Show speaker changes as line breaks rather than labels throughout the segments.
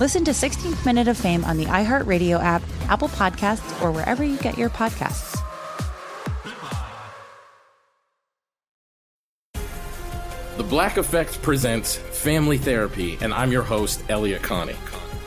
Listen to 16th Minute of Fame on the iHeartRadio app, Apple Podcasts, or wherever you get your podcasts.
The Black Effect presents Family Therapy, and I'm your host, Elliot Connie.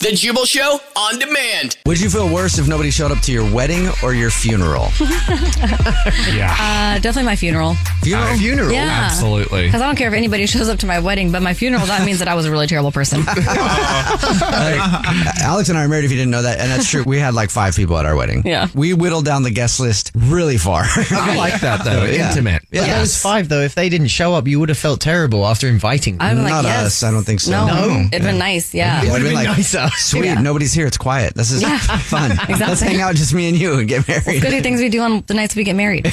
The Jubal Show on demand.
Would you feel worse if nobody showed up to your wedding or your funeral?
Uh, definitely my funeral.
Funeral? funeral?
Yeah.
Absolutely.
Because I don't care if anybody shows up to my wedding, but my funeral, that means that I was a really terrible person.
Like, Alex and I are married, if you didn't know that, and that's true. We had like five people at our wedding.
Yeah.
We whittled down the guest list really far.
I like that though.
Yeah.
Intimate.
Yeah.
But those five, though, if they didn't show up, you would have felt terrible after inviting
I'm
them.
like,
Not
yes.
us. I don't think so.
No.
No.
It'd been nice. Yeah.
It would've
Would've
been
been
like,
nicer.
sweet,
Yeah.
nobody's here. It's quiet. This is fun. Let's
exactly.
hang out, just me and you, and get married.
Good things we do on the nights we get married.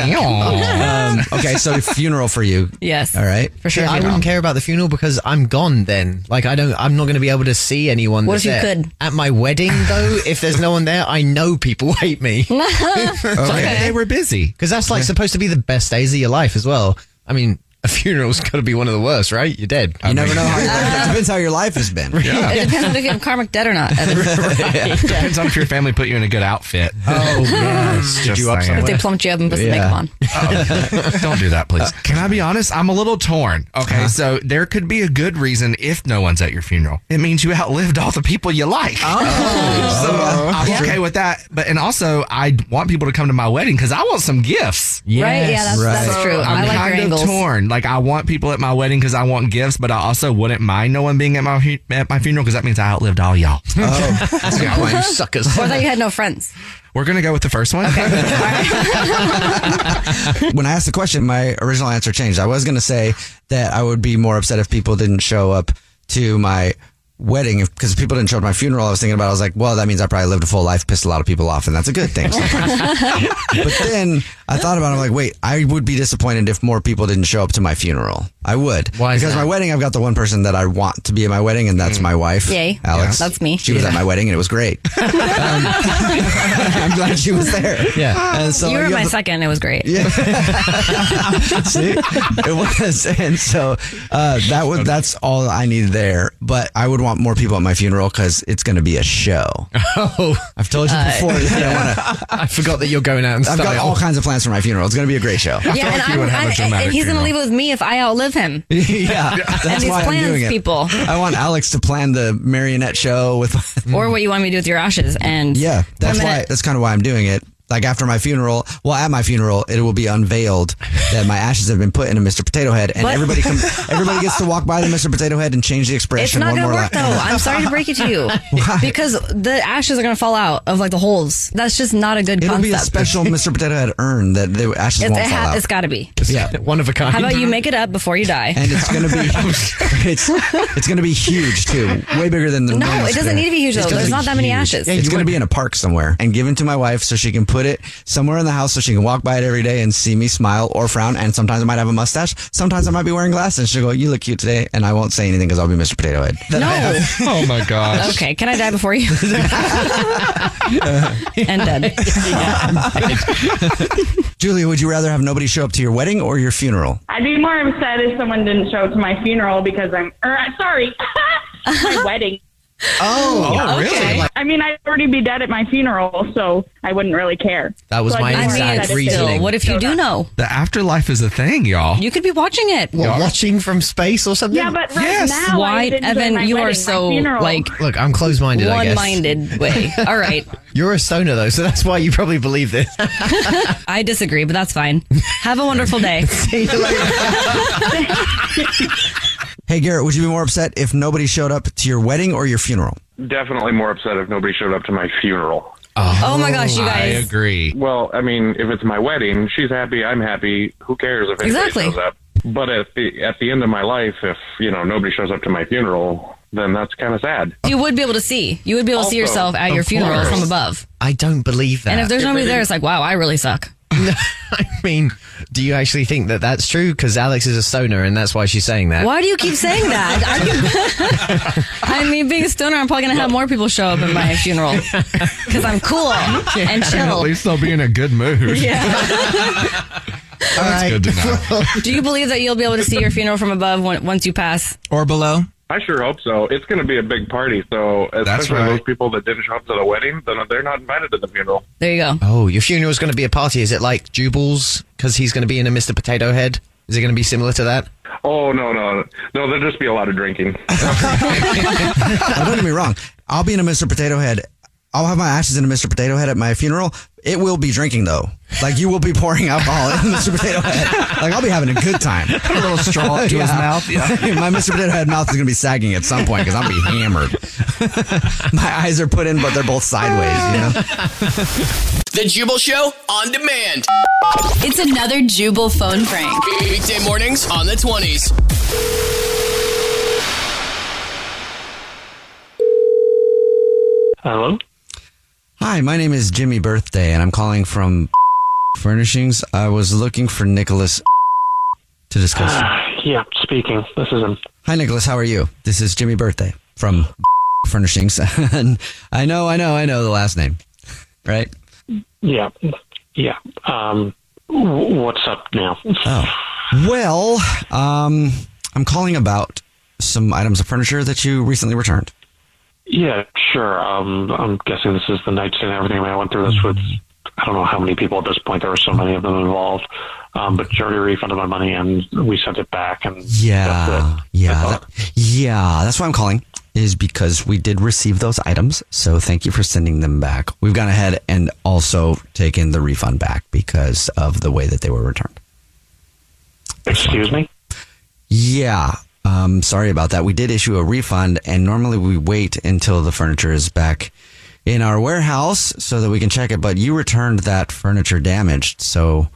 um, okay, so funeral for you.
Yes.
All right.
For sure.
I
funeral.
wouldn't care about the funeral because I'm gone then. Like I don't, I'm not going to be able to see anyone.
What
that's
if you
there.
could?
At my wedding though, if there's no one there, I know people hate me because
Maybe they were busy.
that's like supposed to be the best days of your life as well. I mean, a funeral's got to be one of the worst, right? You're dead.
You never know how your life, it depends how your life has been.
It depends on if you have karmic debt or not.
Depends on if your family put you in a good outfit.
Oh yes,
Just
did you up
saying.
If they
Oh.
somewhere?
plumped you up and put some
Yeah.
makeup on.
Don't do that, please. Uh-huh. Can I be honest? I'm a little torn. Okay, so there could be a good reason if no one's at your funeral. It means you outlived all the people you like.
Oh.
so uh, I'm okay with that. But and also, I want people to come to my wedding because I want some gifts.
right? Yeah, that's,
right.
that's true. i
I'm
like
kind
your
of
angles.
torn. Like I want people at my wedding because I want gifts, but I also wouldn't mind no one being at my hu- at my funeral because that means I outlived all y'all.
Oh.
That's a good point, you suckers.
Or that you had no friends.
We're gonna go with the first one.
when I asked the question, my original answer changed. I was going to say that I would be more upset if people didn't show up to my wedding because people didn't show up to my funeral. I was thinking about. it. I was like, well, that means I probably lived a full life, pissed a lot of people off, and that's a good thing. but then I thought about. it. I'm like, wait, I would be disappointed if more people didn't show up to my funeral. I would.
Why is
because
that? Mm.
my wedding, I've got the one person that I want to be at my wedding, and that's my wife,
Yay.
Alex.
Yeah. That's me.
She was at my wedding, and it was great. Um, I'm glad she was there.
Yeah.
And so
you were
have
my
the-
second. It was great.
See, it was, and so uh, that was that's all I needed there. But I would want more people at my funeral because it's going to be a show.
Oh,
I've told you before. that I wanna,
I forgot that you're going out. In
I've got
style.
all kinds of plans for my funeral. It's going to be a great show.
Yeah, and,
you
I'm,
would have a
I'm-
dramatic
and he's going to
funeral.
leave it with me if I outlive him.
yeah,
and
that's
these
why
plans,
I'm doing it. Mm-hmm.
people.
I want Alex to plan the marionette show with.
Or what you want me to do with your ashes. And
yeah, that's
I'm gonna-
why. That's kind of why I'm doing it. Like after my funeral, well, at my funeral, it will be unveiled that my ashes have been put into Mr. Potato Head, and
But-
everybody com- everybody gets to walk by the Mr. Potato Head and change the
It's
expression
not
one
gonna
more
work though.
time.
I'm sorry to break it to you, because the ashes are gonna fall out of like the holes. That's just not a good
It'll be a
concept.
special Mr. Potato Head urn that the ashes
It's,
won't
it
fall
ha-
out.
it's gotta be.
yeah.
one of a kind.
How about you make it up before you die?
And it's gonna be it's it's gonna be huge too, way bigger than the.
No,
normal
it doesn't
spirit.
need to be huge
It's
though.
gonna
There's
be
not that many
huge.
ashes.
it's gonna be in a park somewhere and given to my wife so she can put put it somewhere in the house so she can walk by it every day and see me smile or frown. And sometimes I might have a mustache. Sometimes I might be wearing glasses. And she'll go, "You look cute today," and I won't say anything because I'll be Mr. Potato Head.
No.
oh my gosh.
Okay, can I die before you? and dead.
Julia, would you rather have nobody show up to your wedding or your funeral?
I'd be more upset if someone didn't show up to my funeral because I'm, or uh, sorry, my wedding.
Oh,
oh really?
I mean, I'd already be dead at my funeral, so I wouldn't really care.
That was
So I'd
my
be more
I mean,
inside
upset if they-
reasoning.
still, what if you do know?
The afterlife is a thing, y'all.
You could be watching it.
What, watching from space or something?
Yeah, but right
Yes.
now, I
Why,
didn't go to
Evan?
my
You
wedding,
are
my
so
funeral.
Oh, like
Look, I'm closed-minded. I guess
one-minded way. All right,
You're a stoner though, so that's why you probably believe this.
I disagree, but that's fine. Have a wonderful day.
See you later.
Hey, Garrett, would you be more upset if nobody showed up to your wedding or your funeral?
Definitely more upset if nobody showed up to my funeral.
Oh my gosh, you
I
guys.
agree.
Well, I mean, if it's my wedding, she's happy, I'm happy. Who cares if anybody
Exactly.
shows up? But at the at the end of my life, if you know nobody shows up to my funeral, then that's kind of sad.
You would be able to see. You would be able to see
Also,
yourself at your
of
funeral
course.
from above.
I don't believe that.
And if there's nobody there, it's like, wow, I really suck.
I mean, do you actually think that that's true? Because Alex is a stoner, and that's why she's saying that.
Why do you keep saying that? I, can- I mean, being a stoner, I'm probably gonna have more people show up at my funeral because I'm cool and
At
chill.
least they'll be in a good mood.
Yeah.
All right.
Good to know.
Do you believe that you'll be able to see your funeral from above when, once you pass?
or below.
I sure hope so. It's going to be a big party, so especially
right.
those people that didn't show up to the wedding, then they're not invited to the funeral.
There you go.
Oh, your funeral's going to be a party. Is it like Jubal's? Because he's going to be in a Mr. Potato Head. Is it going to be similar to that?
Oh no, no, no! There'll just be a lot of drinking.
Now, don't get me wrong. I'll be in a Mr. Potato Head. I'll have my ashes in a Mr. Potato Head at my funeral. It will be drinking though. Like you will be pouring alcohol in Mr. Potato Head. Like I'll be having a good time. Put a little straw to his mouth. my Mr. Potato Head mouth is gonna be sagging at some point because I'll be hammered. my eyes are put in, but they're both sideways. You know.
The Jubal Show on demand.
It's another Jubal phone prank.
Weekday mornings on the 20s.
Hello?
Hi, my name is Jimmy Birthday, and I'm calling from Furnishings. I was looking for Nicholas to discuss.
yeah, speaking. This is him.
Hi, Nicholas. How are you? This is Jimmy Birthday from Furnishings. and I know, I know, I know the last name, right?
Yeah. Yeah. Um, w- what's up now?
Oh. Well, um, I'm calling about some items of furniture that you recently returned.
Yeah, sure. Um, I'm guessing this is the nightstand and everything. I mean, I went through this with,
Mm-hmm.
I don't know how many people at this point. There were so many of them involved. Um, but she already refunded my money and we sent it back. And
Yeah, yeah, that- yeah. That's why I'm calling is because we did receive those items. So thank you for sending them back. We've gone ahead and also taken the refund back because of the way that they were returned.
excuse me?
Yeah. Um, sorry about that. We did issue a refund, and normally we wait until the furniture is back in our warehouse so that we can check it. But you returned that furniture damaged, so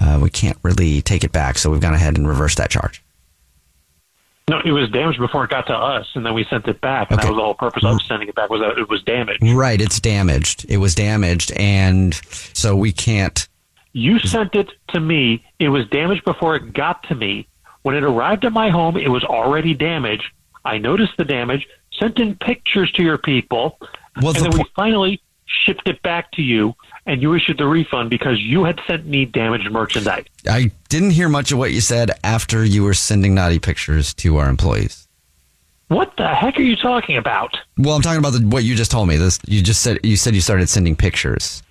uh, we can't really take it back. So we've gone ahead and reversed that charge.
No, it was damaged before it got to us, and then we sent it back, and
Okay.
that was
Mm-hmm.
the whole purpose of sending it back was that it was damaged.
Right, it's damaged. It was damaged, and so we can't.
You sent it to me. It was damaged before it got to me. When it arrived at my home, it was already damaged. I noticed the damage, sent in pictures to your people,
Well,
and
the
then we
po-
finally shipped it back to you, and you issued the refund because you had sent me damaged merchandise.
I didn't hear much of what you said after you were sending naughty pictures to our employees.
What the heck are you talking about?
Well, I'm talking about the, what you just told me. This you just said you said you started sending pictures.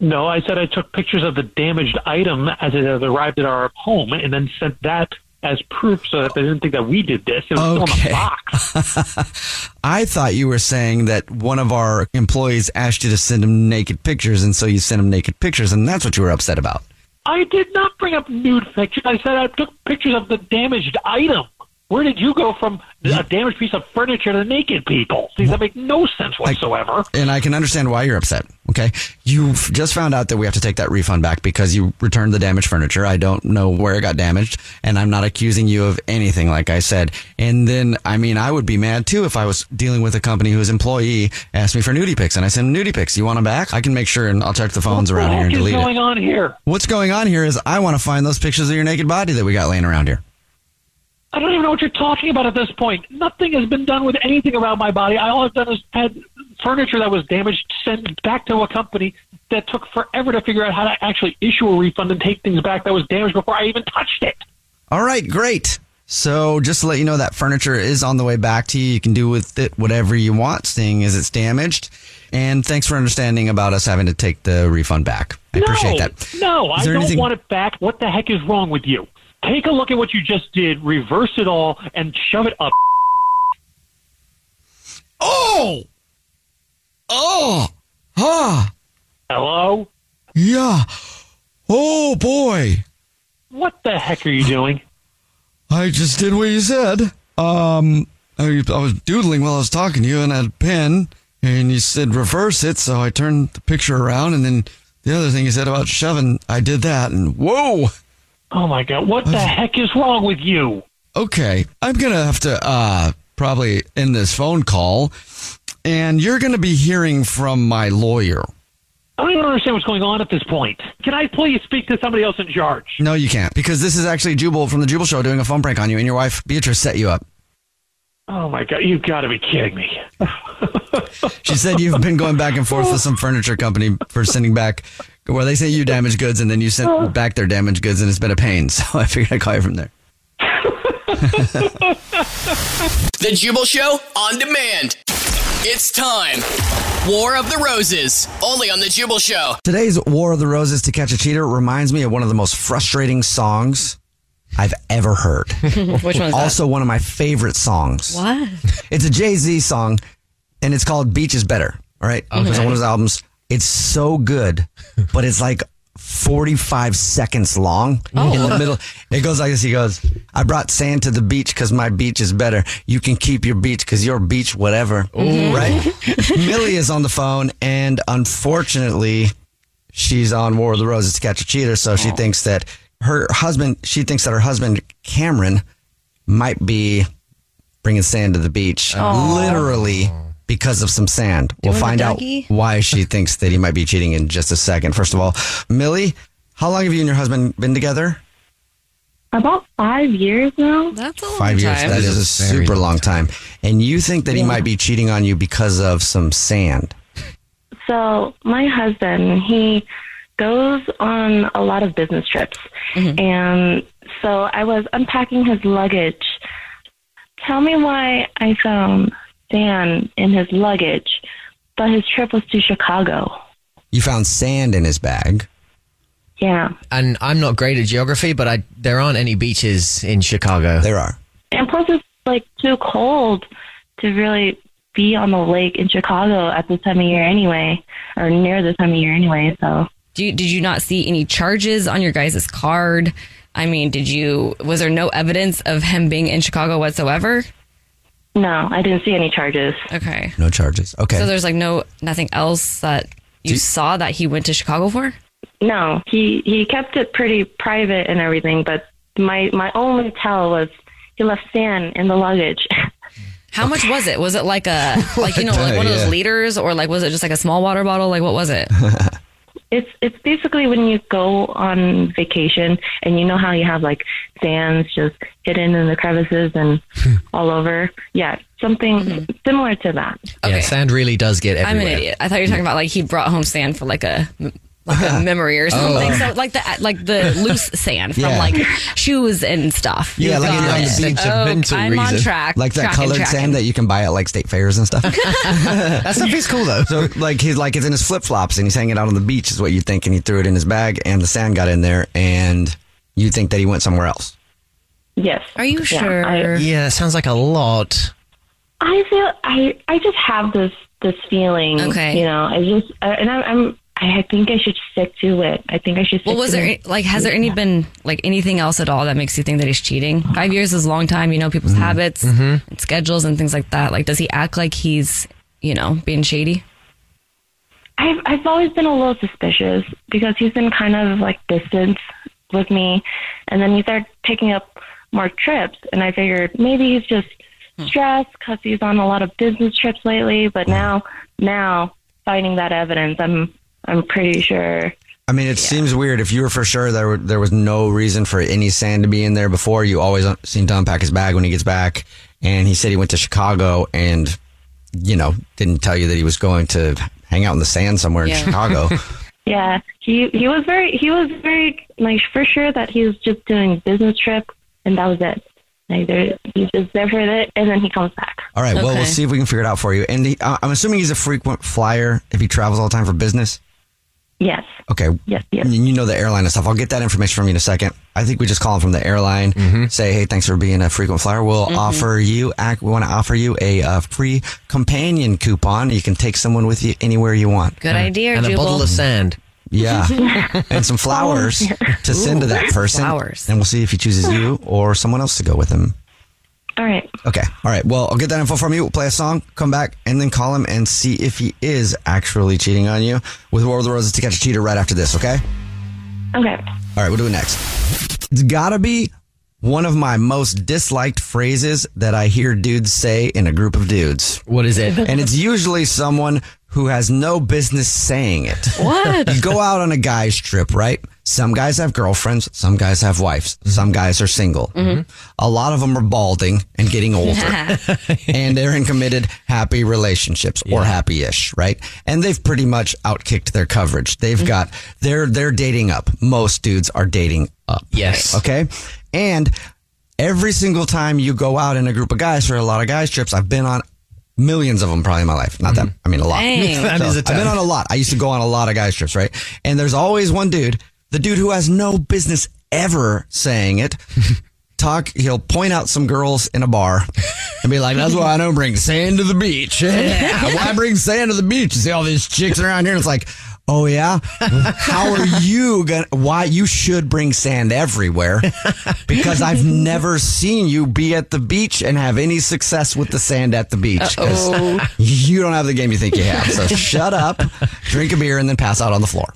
No, I said I took pictures of the damaged item as it had arrived at our home and then sent that as proof so that they didn't think that we did this. It was still in
Okay.
the box.
I thought you were saying that one of our employees asked you to send him naked pictures, and so you sent him naked pictures, and that's what you were upset about.
I did not bring up nude pictures. I said I took pictures of the damaged item. Where did you go from a damaged piece of furniture to naked people? See, that make no sense whatsoever.
And I can understand why you're upset. Okay. You've just found out that we have to take that refund back because you returned the damaged furniture. I don't know where it got damaged, and I'm not accusing you of anything, like I said. And then, I mean, I would be mad too if I was dealing with a company whose employee asked me for nudie pics, and I sent them nudie pics. You want them back? I can make sure, and I'll check the phones around here and
What is
delete
going
it.
on here?
What's going on here is I want to find those pictures of your naked body that we got laying around here.
I don't even know what you're talking about at this point. Nothing has been done with anything around my body. I all I've done is had furniture that was damaged sent back to a company that took forever to figure out how to actually issue a refund and take things back that was damaged before I even touched it.
All right, great. So just to let you know that furniture is on the way back to you. You can do with it whatever you want, seeing as it's damaged. And thanks for understanding about us having to take the refund back. I appreciate
no,
that.
No,
Is
I
there
don't
anything-
want it back. What the heck is wrong with you? Take a look at what you just did, reverse it all, and shove it up.
Oh! Oh! Ah!
Hello?
Yeah. Oh boy.
What the heck are you doing?
I just did what you said. Um, I, I was doodling while I was talking to you, and I had a pen, and you said reverse it, so I turned the picture around, and then the other thing you said about shoving, I did that, and whoa!
Oh my god, what the heck is wrong with you?
Okay, I'm gonna have to uh probably end this phone call, and you're gonna be hearing from my lawyer.
I don't even understand what's going on at this point. Can I please speak to somebody else in charge?
No, you can't, because this is actually Jubal from the Jubal Show doing a phone prank on you, and your wife Beatrice set you up.
Oh my god, you've got to be kidding me.
She said you've been going back and forth with some furniture company for sending back where they sent you damaged goods, and then you sent back their damaged goods, and it's been a pain. So I figured I'd call you from there.
The Jubal Show on demand. It's time. War of the Roses, only on The Jubal Show.
Today's War of the Roses to Catch a Cheater reminds me of one of the most frustrating songs I've ever heard.
Which one's that?
Also, one of my favorite songs.
What?
It's a Jay Z song, and it's called "Beach Is Better." All right, it was
Okay.
on one of his albums. It's so good, but it's like forty-five seconds long
Oh.
in the middle. It goes like this. He goes, "I brought sand to the beach because my beach is better. You can keep your beach because your beach, whatever."
Mm-hmm.
Ooh.
Right? Millie is on the phone, and unfortunately, she's on War of the Roses to catch a cheater. So she thinks that her husband, she thinks that her husband Cameron might be bringing sand to the beach,
Oh.
literally because of some sand.
Doing
we'll
the
find out
doggy?
why she thinks that he might be cheating in just a second. First of all, Millie, how long have you and your husband been together?
About five years now.
That's a
Five years. That is a
very
super long time. And you think that he might be cheating on you because of some sand.
So my husband, he goes on a lot of business trips,
Mm-hmm.
and so I was unpacking his luggage. Tell me why I found Dan in his luggage, but his trip was to Chicago.
You found sand in his bag.
Yeah,
And I'm not great at geography, but I there aren't any beaches in Chicago.
There are.
and plus it's like too cold to really be on the lake in Chicago at this time of year anyway, or near this time of year anyway. So
Do you, did you not see any charges on your guys' card? I mean, did you? Was there no evidence of him being in Chicago whatsoever?
No, I didn't see any charges.
Okay.
No charges. Okay.
So there's like no nothing else that you
Do-
saw that he went to Chicago for.
No, he he kept it pretty private and everything, but my my only tell was he left sand in the luggage.
How much was it? Was it like a like you know
What
like
the-
one of those
yeah.
liters or like was it just like a small water bottle? Like what was it?
it's it's basically when you go on vacation and you know how you have like sands just hidden in the crevices and all over. Yeah, something similar to that.
Yeah, sand really does get
I'm
everywhere.
an idiot. I thought you were talking about like he brought home sand for like a like a memory or something. So like the like the loose sand from
Oh. Yeah.
like shoes and stuff.
Yeah, like
Got
on
it.
the beach.
Oh, I'm on track.
Like that
Track and
colored
tracking.
sand that you can buy at like state fairs and stuff. that
stuff is cool though.
So like he's like it's in his flip flops and he's hanging out on the beach is what you think, and he threw it in his bag and the sand got in there and you think that he went somewhere else.
Yes.
Are you
Yeah, sure? I-
yeah, that sounds like a lot.
I feel I I just have this this feeling.
Okay.
You know, I just uh, and I, I'm I, I think I should stick to it. I think I should. Stick
Well, was
to
there
it.
like has there any been like anything else at all that makes you think that he's cheating? Five years is a long time, you know, people's
Mm-hmm.
habits,
Mhm.
and schedules, and things like that. Like, does he act like he's you know being shady?
I've I've always been a little suspicious because he's been kind of like distant with me, and then he started picking up more trips, and I figured maybe he's just
Hmm.
stressed because he's on a lot of business trips lately. But now, now finding that evidence, I'm uh, I'm pretty sure.
I mean, it seems weird. If you were for sure there were, there was no reason for any sand to be in there before, you always un- seem to unpack his bag when he gets back. And he said he went to Chicago and, you know, didn't tell you that he was going to hang out in the sand somewhere
Yeah.
in Chicago.
Yeah, he he was very he was very like for sure that he was just doing business trip, and that was it. Like there, he's just there for it, and then he comes back.
All right. Well, we'll
Okay.
see if we can figure it out for you. And he, I- I'm assuming he's a frequent flyer if he travels all the time for business.
Yes.
Okay. Yes.
yes.
You know the airline and stuff. I'll get that information from you in a second. I think we just call him from the airline.
Mm-hmm.
Say, hey, thanks for being a frequent flyer. We'll
Mm-hmm.
Mhm.
offer you. ac- We want to offer you a uh, free companion coupon. You can take someone with you anywhere you want.
Good idea,
And a
Jubal.
bottle of sand.
Yeah, and some flowers to send to that
Ooh,
person.
flowers.
And we'll see if he chooses you or someone else to go with him.
All right.
Okay. All right. Well, I'll get that info from you. We'll play a song, come back, and then call him and see if he is actually cheating on you with War of the Roses to catch a cheater right after this, okay?
Okay.
All right, we'll do it next. It's gotta be one of my most disliked phrases that I hear dudes say in a group of dudes.
What is it?
And it's usually someone who has no business saying it.
What?
You go out on a guy's trip, right? Some guys have girlfriends, some guys have wives, some guys are single. A lot of them are balding and getting older. and they're in committed happy relationships or happy-ish, right? And they've pretty much outkicked their coverage. They've got they're they're dating up. Most dudes are dating up.
Yes.
Okay? And every single time you go out in a group of guys for a lot of guys trips, I've been on millions of them probably in my life. Not that I mean a lot.
Mm-hmm. Dang. That
So,
is a
I've
ton.
been on a lot. I used to go on a lot of guys trips, right? And there's always one dude, the dude who has no business ever saying it. Talk. He'll point out some girls in a bar and be like, "That's why I don't bring sand to the beach. why bring sand to the beach? You see all these chicks around here." And it's like, "Oh yeah, how are you gonna? Why you should bring sand everywhere? Because I've never seen you be at the beach and have any success with the sand at the beach. 'Cause
Uh-oh.
you don't have the game you think you have. So shut up, drink a beer, and then pass out on the floor.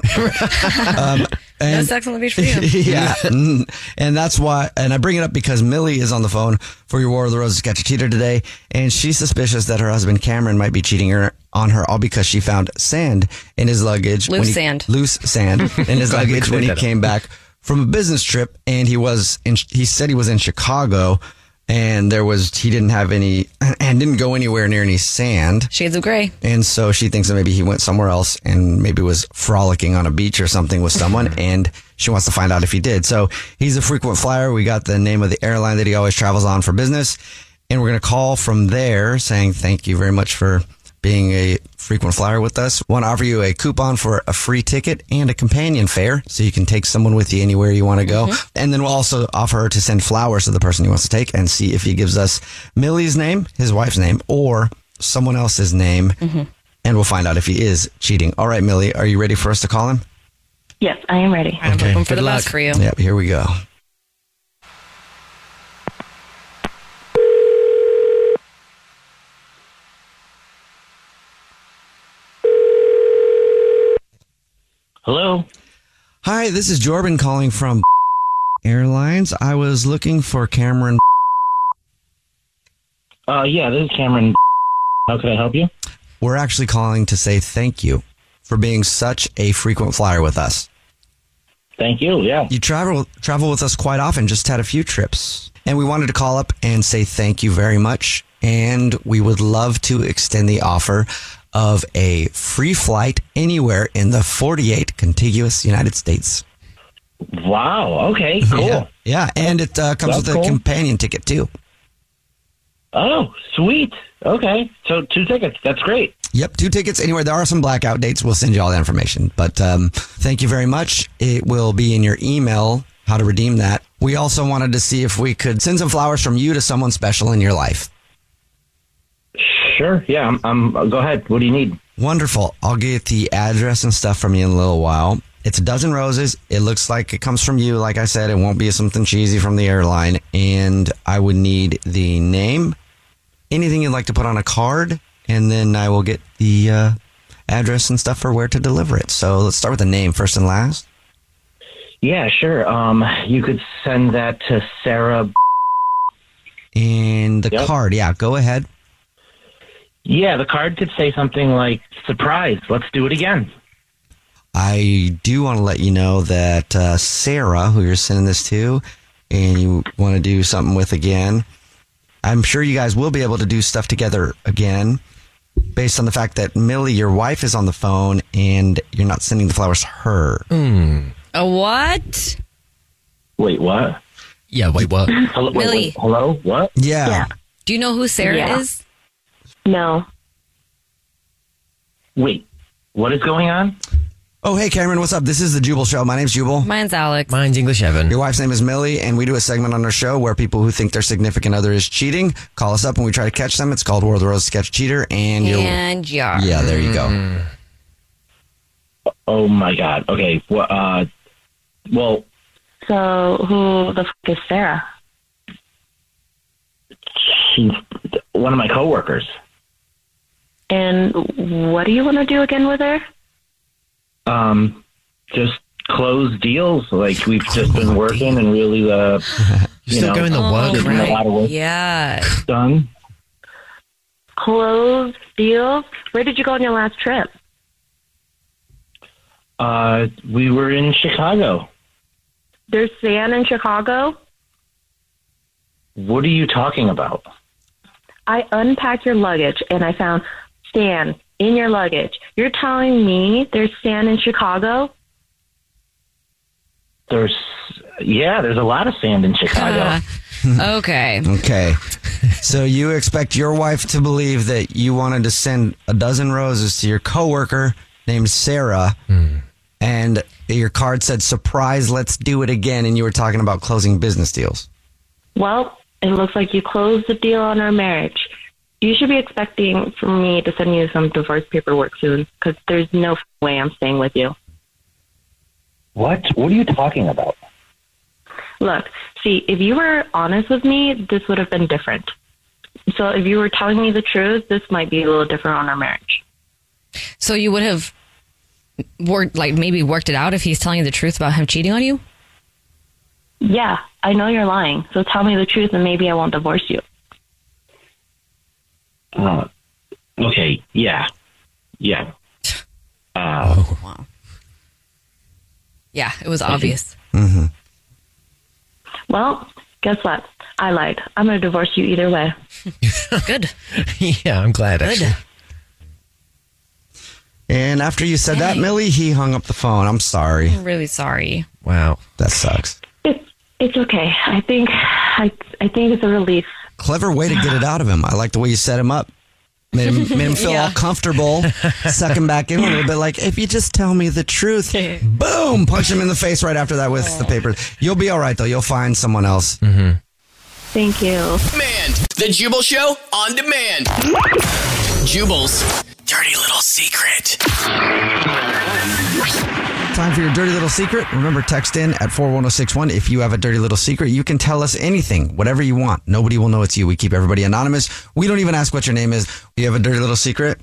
Um,
no
and-
sex on the beach for you.
yeah. Mm. And that's why, and I bring it up because Millie is on the phone for your War of the Roses Catch a Cheater today, and she's suspicious that her husband Cameron might be cheating her on her all because she found sand in his luggage.
Loose
when he-
sand.
Loose sand in his
Glad we
luggage when
cleared
he
that up.
came back from a business trip, and he was in, he said he was in Chicago, and there was, he didn't have any, and didn't go anywhere near any sand.
Shades of gray.
And so she thinks that maybe he went somewhere else and maybe was frolicking on a beach or something with someone. and she wants to find out if he did. So he's a frequent flyer. We got the name of the airline that he always travels on for business. And we're going to call from there saying, thank you very much for being a frequent flyer with us. Want to offer you a coupon for a free ticket and a companion fare so you can take someone with you anywhere you want to go.
Mhm.
And then we'll also offer to send flowers to the person he wants to take and see if he gives us Millie's name, his wife's name, or someone else's name. And we'll find out if he is cheating. All right, Millie, are you ready for us to call him?
Yes, I am ready.
I'm
hoping for Good the luck. best for you.
Yep, here we go.
Hello.
Hi, this is Jordan calling from Airlines. I was looking for Cameron.
Uh, yeah, this is Cameron. How can I help you?
We're actually calling to say thank you for being such a frequent flyer with us.
Thank you. Yeah.
You travel travel with us quite often, just had a few trips. And we wanted to call up and say thank you very much and we would love to extend the offer of a free flight anywhere in the 48 contiguous United States.
Wow. Okay. Cool.
Yeah, yeah. and it uh, comes
That's
with a
cool.
companion ticket too.
Oh, sweet. Okay. So two tickets. That's great.
Yep, two tickets anywhere. There are some blackout dates. We'll send you all that information. But um, thank you very much. It will be in your email how to redeem that. We also wanted to see if we could send some flowers from you to someone special in your life.
Sure. Yeah. I'm. I'm go ahead. What do you need?
Wonderful. I'll get the address and stuff from you in a little while. It's a dozen roses. It looks like it comes from you. Like I said, it won't be something cheesy from the airline. And I would need the name, anything you'd like to put on a card, and then I will get the uh, address and stuff for where to deliver it. So let's start with the name first and last.
Yeah, sure. Um, you could send that to Sarah.
And the
Yep.
card, yeah, go ahead.
Yeah, the card could say something like, surprise, let's do it again.
I do want to let you know that uh, Sarah, who you're sending this to, and you want to do something with again, I'm sure you guys will be able to do stuff together again based on the fact that Millie, your wife, is on the phone and you're not sending the flowers to her.
Hmm.
A what?
Wait, what?
Yeah, wait, what?
Hello,
wait, Millie. wait,
hello, what?
Yeah.
Do you know who Sarah
Yeah.
is?
No.
Wait, what is going on?
Oh, hey, Cameron, what's up? This is the Jubal Show. My name's Jubal.
Mine's Alex.
Mine's English Evan. Your wife's name is Millie, and we do a segment on our show where people who think their significant other is cheating call us up and we try to catch them. It's called War of the Roses Catch Cheater, and you'll.
And yeah.
Yeah, there you go.
Oh my God. Okay. Well, uh, well,
So who the fuck is Sarah?
she's one of my coworkers.
And what do you want to do again with her?
Um, just closed deals. Like we've just been working and really the you
still
know, Oh,
going the
Oh,
work
getting
route?
a lot of work
Yeah.
done.
Closed deals? Where did you go on your last trip?
Uh, we were in Chicago.
There's sand in Chicago.
What are you talking about?
I unpacked your luggage and I found sand in your luggage. You're telling me there's sand in Chicago?
There's yeah, there's a lot of sand in Chicago.
Uh. okay.
Okay. so you expect your wife to believe that you wanted to send a dozen roses to your coworker named Sarah, and your card said "surprise, let's do it again," and you were talking about closing business deals.
Well, it looks like you closed the deal on our marriage. You should be expecting for me to send you some divorce paperwork soon because there's no f- way I'm staying with you.
What? What are you talking about?
Look, see, if you were honest with me, this would have been different. So if you were telling me the truth, this might be a little different on our marriage.
So you would have worked, like maybe worked it out if he's telling you the truth about him cheating on you?
Yeah, I know you're lying. So tell me the truth and maybe I won't divorce you.
Uh, okay, yeah, yeah. Uh,
Yeah, it was obvious.
Well, guess what? I lied. I'm going to divorce you either way.
Good.
yeah, I'm glad actually.
And after you said that, Millie, he hung up the phone. I'm sorry.
I'm really sorry.
Wow, that sucks.
It's it's okay. I think I I think it's a relief.
Clever way to get it out of him. I like the way you set him up. Made him, made him feel
Yeah.
all comfortable, suck him back in a little bit. Like, if you just tell me the truth, boom, punch him in the face right after that with the paper. You'll be all right, though. You'll find someone else. Mm-hmm.
Thank you.
Demand. The Jubal Show on demand. Jubal's dirty little secret.
Time for your dirty little secret. Remember, text in at 41061 if you have a dirty little secret. You can tell us anything, whatever you want. Nobody will know it's you. We keep everybody anonymous. We don't even ask what your name is. You have a dirty little secret?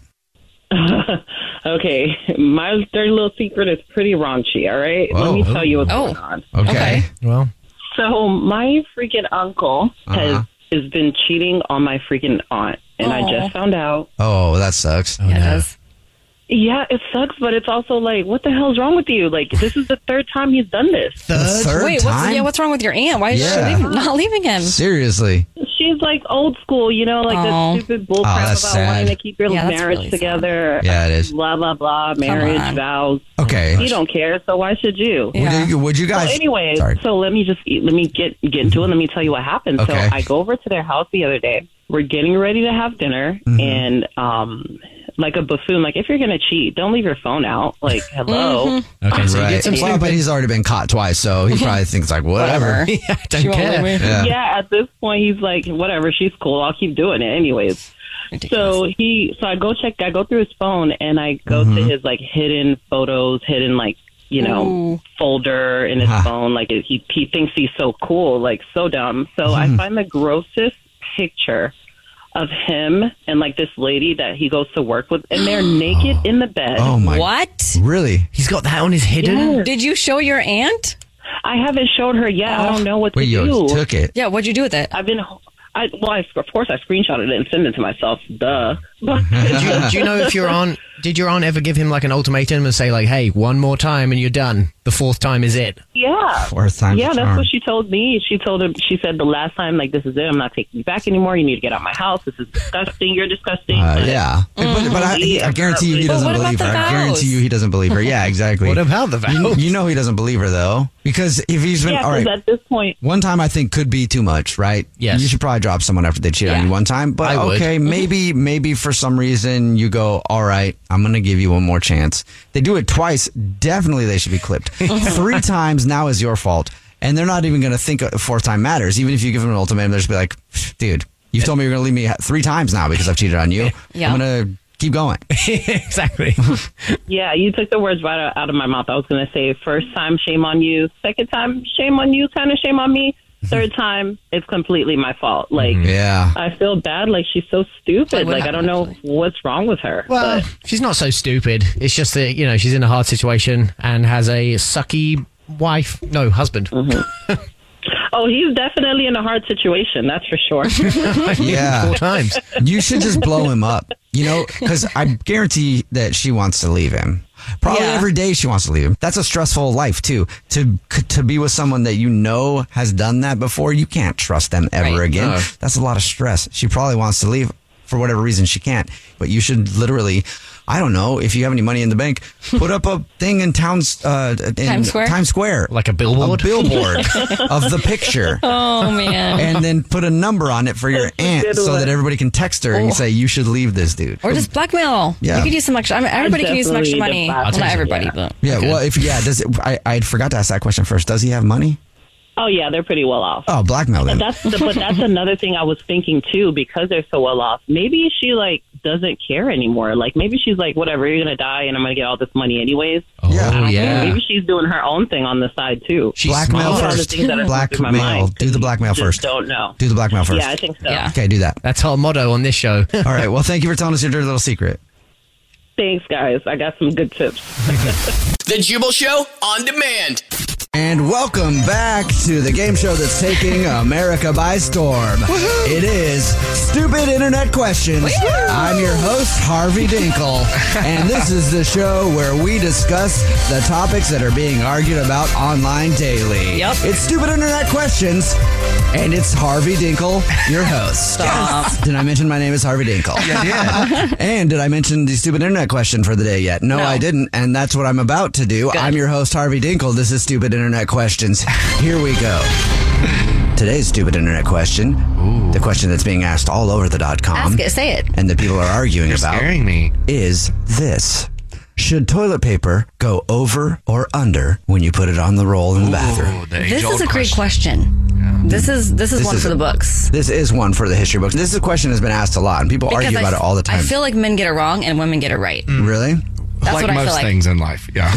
okay, my dirty little secret is pretty raunchy. All right, let me
Whoa.
tell you what's
Oh.
going on.
Okay. Well, Uh-huh.
So my freaking uncle has has been cheating on my freaking aunt, and
Aw.
I just found out.
oh, that sucks. Oh, yeah, no.
Yeah, it sucks, but it's also like, what the hell's wrong with you? Like, this is the third time he's done this.
Wait, what's, yeah, what's wrong with your aunt? Why is
Yeah.
she leaving, not leaving him?
Seriously.
She's like old school, you know, like
Aw.
that stupid bullcrap
Aw,
about
that's sad.
wanting to keep your
Yeah, that's
marriage
really sad.
together.
Yeah, it is.
Blah blah blah,
on.
marriage vows.
Okay.
he don't care, so why should you?
Would Yeah. you- would you guys-
So anyway,
Sorry.
so let me just let me get get into it. Let me tell you what happened.
Okay.
So I go over to their house the other day. We're getting ready to have dinner,
Mm-hmm.
and um, like a buffoon, like if you're gonna cheat, don't leave your phone out. Like hello.
Mm-hmm. Okay,
so you get some
well, but he's already been caught twice, so he probably thinks like whatever.
yeah,
don't She won't care. let me.
Yeah. at this point, he's like, whatever, she's cool. I'll keep doing it anyways. So he, so I go check, I go through his phone and I go
Mm-hmm.
to his like hidden photos, hidden like you know
Ooh.
folder in his phone. Like it, he he thinks he's so cool, like so dumb. So I
Hmm.
find the grossest picture of him and like this lady that he goes to work with, and they're naked in the bed.
Oh my!
What?
Really?
He's got that on his
Did you show your aunt?
I haven't showed her yet. I don't know what
Wait,
to
you
do.
took it.
Yeah, what'd you do with it?
I've been, I well, I, of course, I screenshotted it and sent it to myself. Duh.
do, you, do you know if your aunt did your aunt ever give him like an ultimatum and say like, "Hey, one more time and you're done. The fourth time is it."
Yeah.
Fourth time's
Yeah,
a
that's
charm.
what she told me. She told him. She said the last time, like, this is it. I'm not taking you back anymore. You need to get out of my house. This is disgusting. You're disgusting.
Uh,
But- Mm-hmm.
yeah, but, but I,
Yeah.
I guarantee you he
But
doesn't
what about
believe her.
the
I guarantee
vows?
you he doesn't believe her. Yeah, exactly. what
about the
vows? You, you know he doesn't believe her though, because if he's been
Yeah,
all
'cause
right.
at this point,
One time I think could be too much, right? Yes. You should probably drop someone after they cheat on you one time. But
I would.
okay, maybe maybe for some reason you go, all right, I'm gonna give you one more chance. They do it twice. Definitely they should be clipped. Three times now is your fault, and they're not even gonna think a fourth time matters. Even if you give them an ultimatum, they'll just be like, dude, you've told me you're gonna leave me three times now because I've cheated on you.
Yeah.
I'm gonna keep going.
exactly.
yeah, you took the words right out- out of my mouth. I was going to say, first time, shame on you. Second time, shame on you. Kind of shame on me.
Mm-hmm.
Third time, it's completely my fault. Like,
yeah,
I feel bad. Like she's so stupid. Like I don't know what's wrong with her.
Well, she's not so stupid. It's just that you know she's in a hard situation and has a sucky wife, no husband.
Mm-hmm.
but, oh, he's definitely in a hard situation. That's for sure.
yeah, You should just blow him up, you know, because I guarantee that she wants to leave him. Probably every day she wants to leave him. That's a stressful life too. To to be with someone that you know has done that before, you can't trust them ever again.
no.
That's a lot of stress. She probably wants to leave for whatever reason she can't. But you should literally, I don't know, if you have any money in the bank, put up a thing in towns uh, in
Times Square?
Times Square,
like a billboard,
a billboard of the picture
Oh man.
and then put a number on it for your aunt
good
so
one.
that everybody can text her and
Oh.
say you should leave this dude
or just blackmail.
Yeah.
You could use some extra. I mean, everybody can use some extra money.
Definitely the
Well,
blackmail.
not everybody,
Yeah.
but
yeah well if yeah does it, I I forgot to ask that question first does he have money
oh yeah, they're pretty well off.
oh blackmail
But
then
that's the, but that's another thing I was thinking too because they're so well off. Maybe she like doesn't care anymore. Like maybe she's like whatever you're gonna die and I'm gonna get all this money anyways.
Yeah.
I don't
Oh, yeah.
care. Maybe she's doing her own thing on the side too.
blackmail
These are all the
first
things that are going through my
blackmail
mind.
do the blackmail
Just
first
Don't know.
do the blackmail first
Yeah, I think so.
okay do that
that's our motto on this show all
right well thank you for telling us your dirty little secret
Thanks, guys. I got some good tips.
The Jubal Show on demand.
And welcome back to the game show that's taking America by storm. It is Stupid Internet Questions. I'm your host, Harvey Dinkle, and this is the show where we discuss the topics that are being argued about online daily. Yep. It's Stupid Internet Questions, and it's Harvey Dinkle, your host. Yes. Did I mention my name is Harvey Dinkle?
Yeah,
and did I mention the Stupid Internet Question for the day yet? No, I didn't, and that's what I'm about to do. I'm your host, Harvey Dinkle. This is Stupid Internet Questions. Here we go. Today's stupid internet question, the question that's being asked all over the dot com,
ask it. Say it.
and the people are arguing about, is this. Should toilet paper go over or under when you put it on the roll in the bathroom?
This is a great question. This is this is one for the books.
This is one for the history books. This is a question that's been asked a lot, and people argue
I
about
f-
it all the time.
I feel like men get it wrong and women get it right.
Mm.
really?
That's Like what I feel most like.
things in life, yeah.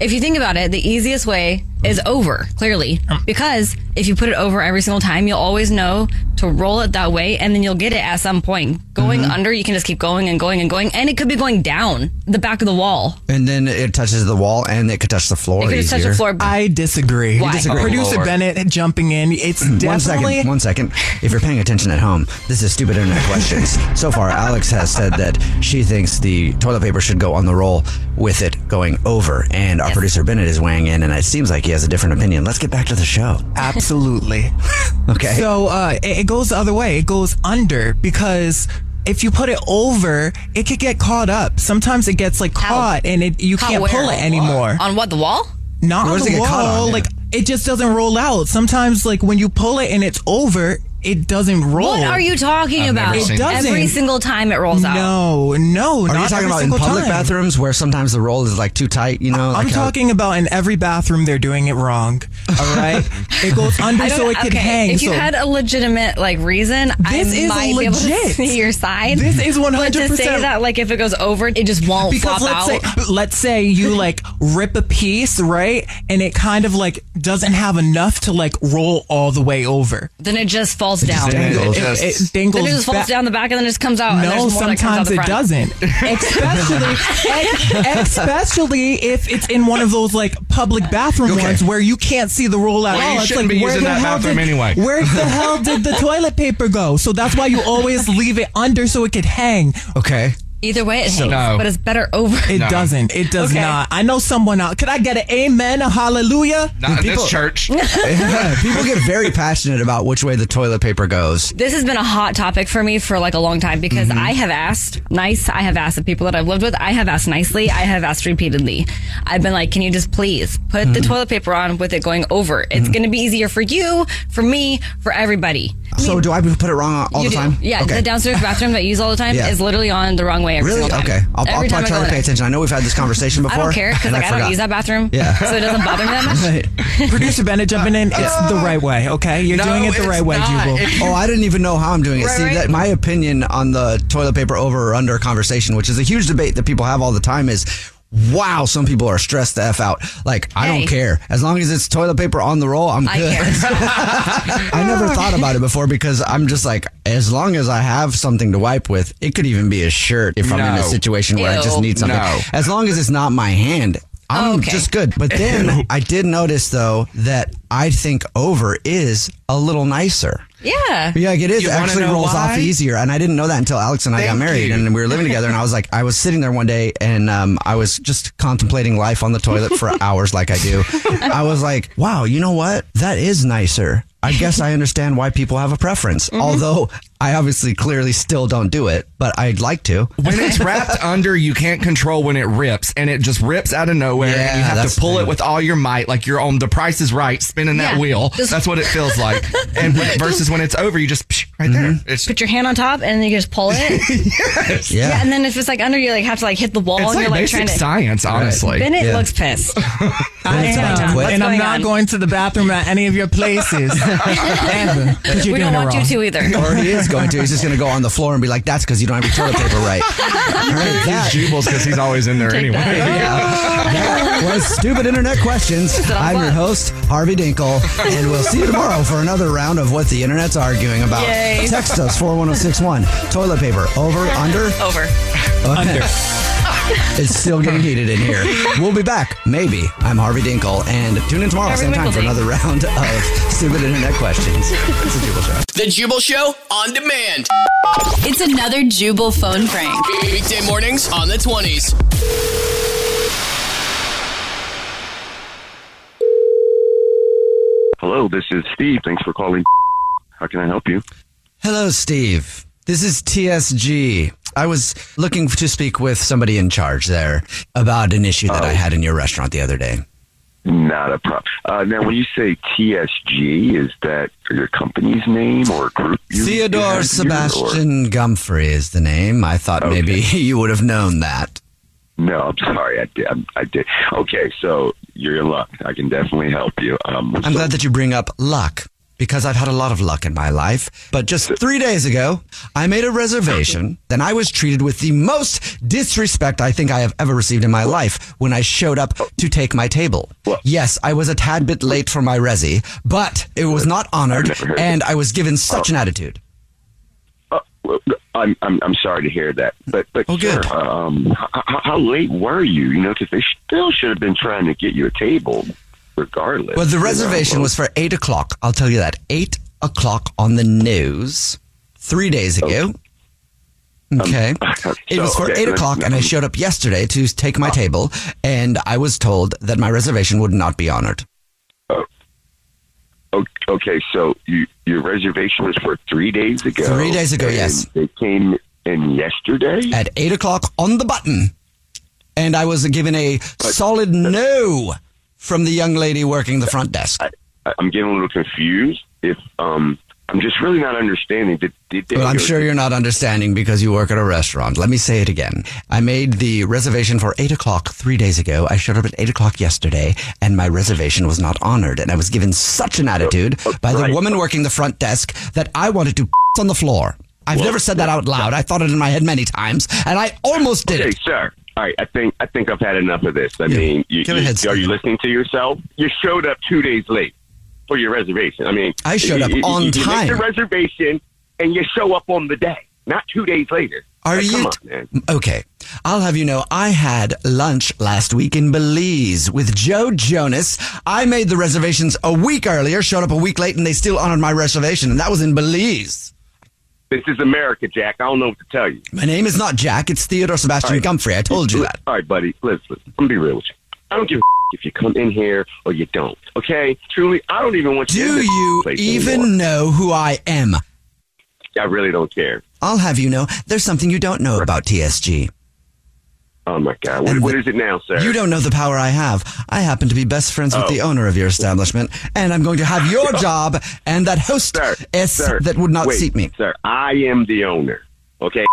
If you think about it, the easiest way is over, clearly.
Um.
Because if you put it over every single time, you'll always know to roll it that way and then you'll get it at some point. Going
Mm-hmm.
under, you can just keep going and going and going. And it could be going down the back of the wall.
And then it touches the wall, and it could touch the floor.
It could just touch the
easier.
floor.
I disagree.
Why? disagree.
Producer
Lord.
Bennett jumping in. It's
One
definitely
second, one second. If you're paying attention at home, this is stupid internet questions. So far, Alex has said that she thinks the toilet paper should go on the roll with it going over, and our producer Bennett is weighing in, and it seems like he has a different opinion. Let's get back to the show.
Absolutely.
Okay.
So uh, it, it goes the other way. It goes under because if you put it over, it could get caught up. Sometimes it gets like caught and it you
How,
can't
where?
pull it anymore.
On what, the wall?
Not
Where
on
does it
the
get caught on?
wall.
Yeah.
Like it just doesn't roll out. Sometimes like when you pull it and it's over, it doesn't roll.
What are you talking about?
It doesn't.
Every single time it rolls out.
No, no.
Are
not
you talking
every
about in
single
public
time.
bathrooms where sometimes the roll is like too tight? You know,
I'm
like how-
talking about in every bathroom they're doing it wrong. All right, it goes under
I
so
don't-
it can
okay,
hang.
If you
so-
had a legitimate like reason,
This
I
is
might be able to
legit.
see your side.
This is
But to say
100%.
that like if it goes over, it just won't
because
flop out.
let's say let's say you like rip a piece right, and it kind of like doesn't have enough to like roll all the way over.
then it just falls
It just
down.
dangles. It- it- it dangles
Then it just falls
back-
down the back and then it just comes out. and
No,
there's more that comes out
sometimes
the
it
front.
doesn't. Especially, especially if it's in one of those like public bathroom
Okay.
ones where you can't see the roll at
Well,
all.
you
it's
shouldn't
like
be
where
using
the
that
hell
bathroom
did,
anyway.
Where the hell did the toilet paper go? So that's why you always leave it under so it could hang.
Okay.
Either way, it
So-
hangs,
No.
but it's better over.
It doesn't. It does
Okay.
not. I know someone out. Could I get an amen, a hallelujah?
Not in this church.
Yeah, people get very passionate about which way the toilet paper goes.
This has been a hot topic for me for like a long time because
Mm-hmm.
I have asked nice. I have asked the people that I've lived with. I have asked nicely. I have asked repeatedly. I've been like, can you just please put the
Mhm.
toilet paper on with it going over?
Mm-hmm.
It's going to be easier for you, for me, for everybody.
So do I put it wrong all
You
the
do.
time?
Yeah,
Okay.
the downstairs bathroom that you use all the time
Yeah.
is literally on the wrong way every
Really?
single time.
Okay. I'll,
every
I'll
time
try,
go
try to
in
pay
there.
attention. I know we've had this conversation before.
I don't care because
and
like, I, don't
forgot.
use that bathroom,
Yeah.
so it doesn't bother me that much.
Producer Bennett jumping in. It's the right way, okay? You're doing it the right way, Jubal.
Oh, I didn't even know how I'm doing it.
Right,
See,
right.
that my opinion on the toilet paper over or under conversation, which is a huge debate that people have all the time, is wow, some people are stressed the f out. Like I
Hey.
don't care as long as it's toilet paper on the roll, I'm
I
good.
care.
I never thought about it before because I'm just like, as long as I have something to wipe with, it could even be a shirt if I'm in
No.
a situation where I just
Ew.
need something.
No.
As long as it's not my hand, I'm
Okay.
just good. But then I did notice though that I think over is a little nicer.
Yeah.
Yeah, like it is.
You
It
wanna
actually
know
rolls
why?
off easier. And I didn't know that until Alex and I got
Thank
married
you.
and we were living together. And I was like, I was sitting there one day and um, I was just contemplating life on the toilet for hours, like I do. I was like, wow, you know what? That is nicer. I guess I understand why people have a preference. Although I obviously clearly still don't do it, but I'd like to.
when it's wrapped under, you can't control when it rips, and it just rips out of nowhere, and you
Yeah,
have
that's
to pull it with all your might, like you're on The Price is Right, spinning that
Yeah.
wheel.
Just-
That's what it feels like. and when, versus when it's over, you just psh, right
Mm-hmm.
there. It's
Put your hand on top and then you just pull it.
Yeah.
and then if it's like under, you like have to like hit the wall
It's
and
like
you're like
basic
trying to
science, honestly.
Then it
Yeah.
looks pissed.
I
What's going
am,
on?
and I'm not going to the bathroom at any of your places. Ever. 'Cause you're
we
doing
don't
it
want
wrong.
you to either.
Or he is going to. He's just going to go on the floor and be like, that's because you don't have your toilet paper right. Heard that.
Jubals because he's always in there anyway.
That was Stupid Internet Questions. I'm your host, Harvey Dinkle, and we'll see you tomorrow for another round of what the internet's arguing about.
Yay.
Text us 41061. Toilet paper, over, under?
Over.
Okay. It's still getting heated in here. We'll be back, maybe. I'm Harvey Dinkle, and tune in tomorrow,
Harvey
same time, for
Winkledy.
another round of Stupid Internet Questions. It's a Jubal Show.
The Jubal Show on demand.
It's another Jubal phone prank.
Weekday mornings on the 20s.
Hello, this is Steve. Thanks for calling. How can I help you?
Hello, Steve. This is TSG. I was looking to speak with somebody in charge there about an issue that I
Oh.
had in your restaurant the other day.
Not a problem. Uh, now, when you say TSG, is that your company's name or a group? You, you have
Theodore
here,
Sebastian Gumfrey is the name. I thought maybe you would have known that.
or- No, I'm sorry. I did. I'm- I did. Okay, so you're in luck. I can definitely help you. Um,
I'm glad that you bring up luck because I've had a lot of luck in my life. But just three days ago, I made a reservation. Then I was treated with the most disrespect I think I have ever received in my life when I showed up to take my table. Yes, I was a tad bit late for my resi, but it was not honored and I was given such an attitude.
Well, I'm, I'm I'm sorry to hear that, but but
Oh,
sure, um, how, how late were you? You know, because they still should have been trying to get you a table, regardless.
Well, the
you know,
reservation
so-
was for eight o'clock. I'll tell you that. Eight o'clock on the news three days ago. Okay. it was for
Um, okay,
eight
let's- um, uh,
o'clock, and I showed up yesterday to take my table, and I was told that my reservation would not be honored.
O- Okay, so you, your reservation was for three days ago.
Three days ago,
and
yes.
They came in yesterday.
At eight o'clock on the button, and I was given a solid no from the young lady working the front desk.
I- I'm getting a little confused. If um, I I'm just really not understanding. Did, did they
Well, I'm
go
sure you're not understanding because you work at a restaurant. Let me say it again. I made the reservation for 8 o'clock three days ago. I showed up at 8 o'clock yesterday, and my reservation was not honored. And I was given such an attitude by the woman working the front desk that I wanted to on the floor. I've
Well,
never said that out loud. I thought it in my head many times, and I almost did
okay,
it.
sir. All right, I think I think I've had enough of this. I mean, you,
Go
you-
ahead,
are
Steve.
you listening to yourself? You showed up two days late for your reservation. I mean,
I showed
you-
up
you-
on
you, You
time.
make the reservation and you show up on the day, not two days later.
Are
Like,
you
Come on,
t-
man.
Okay. I'll have you know, I had lunch last week in Belize with Joe Jonas. I made the reservations a week earlier, showed up a week late, and they still honored my reservation, and that was in Belize.
This is America, Jack. I don't know what to tell you.
My name is not Jack, it's Theodore Sebastian Gumphrey. I told you that.
All right, buddy. Listen, listen, I'm gonna be real with you. I don't give a if you come in here or you don't. Okay, truly, I don't even want you. in
Do
this
you
place anymore.
even know who I am?
I really don't care.
I'll have you know, there's something you don't know about TSG.
Oh my God, what, what is it now, sir?
You don't know the power I have. I happen to be best friends with
Oh.
the owner of your establishment, and I'm going to have your job and that hostess
sir,
that would not
wait,
seat me.
Sir, I am the owner. Okay,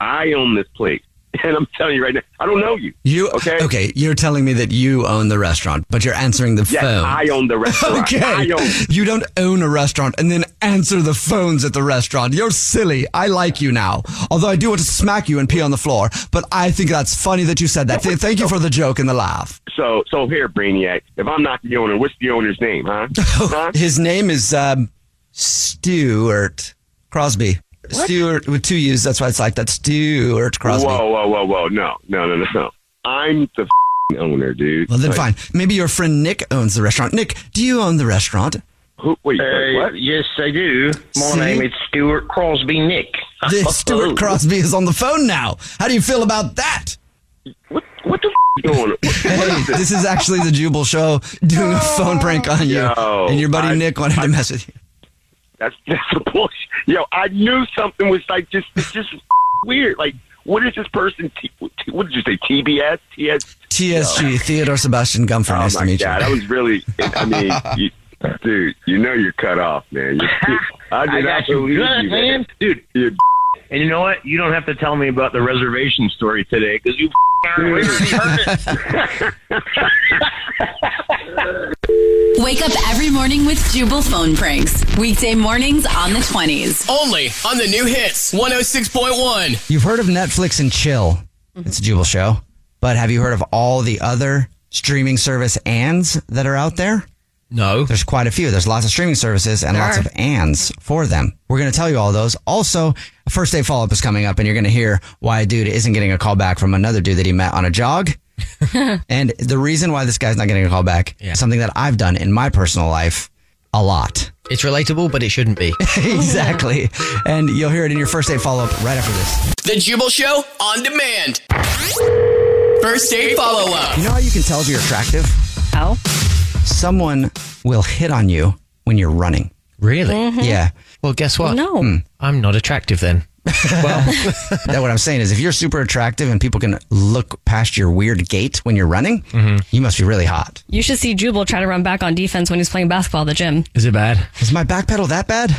I own this place, and I'm telling you right now, I don't know you.
You okay? Okay, you're telling me that you own the restaurant, but you're answering the
Yes,
phone.
I own the restaurant.
Okay,
I own-
you don't own a restaurant and then answer the phones at the restaurant. You're silly. I like you now, although I do want to smack you and pee on the floor. But I think that's funny that you said that. Th- Thank you for the joke and the laugh.
So, so here, Brainiac. If I'm not the owner, what's the owner's name, huh?
Oh, His name is um, Stuart Crosby. Stuart with two U's. That's why it's like that. Stuart Crosby.
Whoa, whoa, whoa, whoa! No, no, no, no, no. I'm the f***ing owner, dude.
Well, then
Like,
fine. Maybe your friend Nick owns the restaurant. Nick, do you own the restaurant?
Who, wait,
Uh, Yes, I do. My
See?
name is Stuart Crosby Nick. Oh.
This Stuart Crosby is on the phone now. How do you feel about that?
What, what the f-
going on? Hey, this is actually the Jubal Show doing a phone prank on you,
Yo,
and your buddy Nick wanted to mess with you.
That's that's the bullshit. Yo, I knew something was like just it's just f- weird. Like, what is this person? T- t- what did you say? TBS? TS?
TSG Theodore Sebastian Gumford. nice
oh
to
my
meet
god,
you.
I was really. I mean, you, dude, you know you're cut off, man. You're, I did
I
not
got you
believe
good,
you,
man.
dude. You're,
And you know what? You don't have to tell me about the reservation story today because you already heard
Wake up every morning with Jubal phone pranks. Weekday mornings on the 20s.
Only on the new hits 106.1.
You've heard of Netflix and Chill. It's a Jubal Show, but have you heard of all the other streaming service ands that are out there? No. There's quite a few. There's lots of streaming services and
There
lots
are.
of ands for them. We're going to tell you all those. Also, a first day follow up is coming up, and you're going to hear why a dude isn't getting a call back from another dude that he met on a jog. and the reason why this guy's not getting a call back is something that I've done in my personal life a lot. It's relatable, but it shouldn't be. exactly. And you'll hear it in your first day follow up right after this.
The Jubal Show on demand. First date follow up.
You know how you can tell if you're attractive? How? Someone will hit on you when you're running.
Really?
Mm-hmm.
Mhm. Yeah.
Well, guess what?
No.
I'm not attractive then.
that what I'm saying is if you're super attractive and people can look past your weird gait when you're running,
Mm-hmm.
you must be really hot.
You should see Jubal try to run back on defense when he's playing basketball at the gym.
Is it bad? Is my back pedal that bad?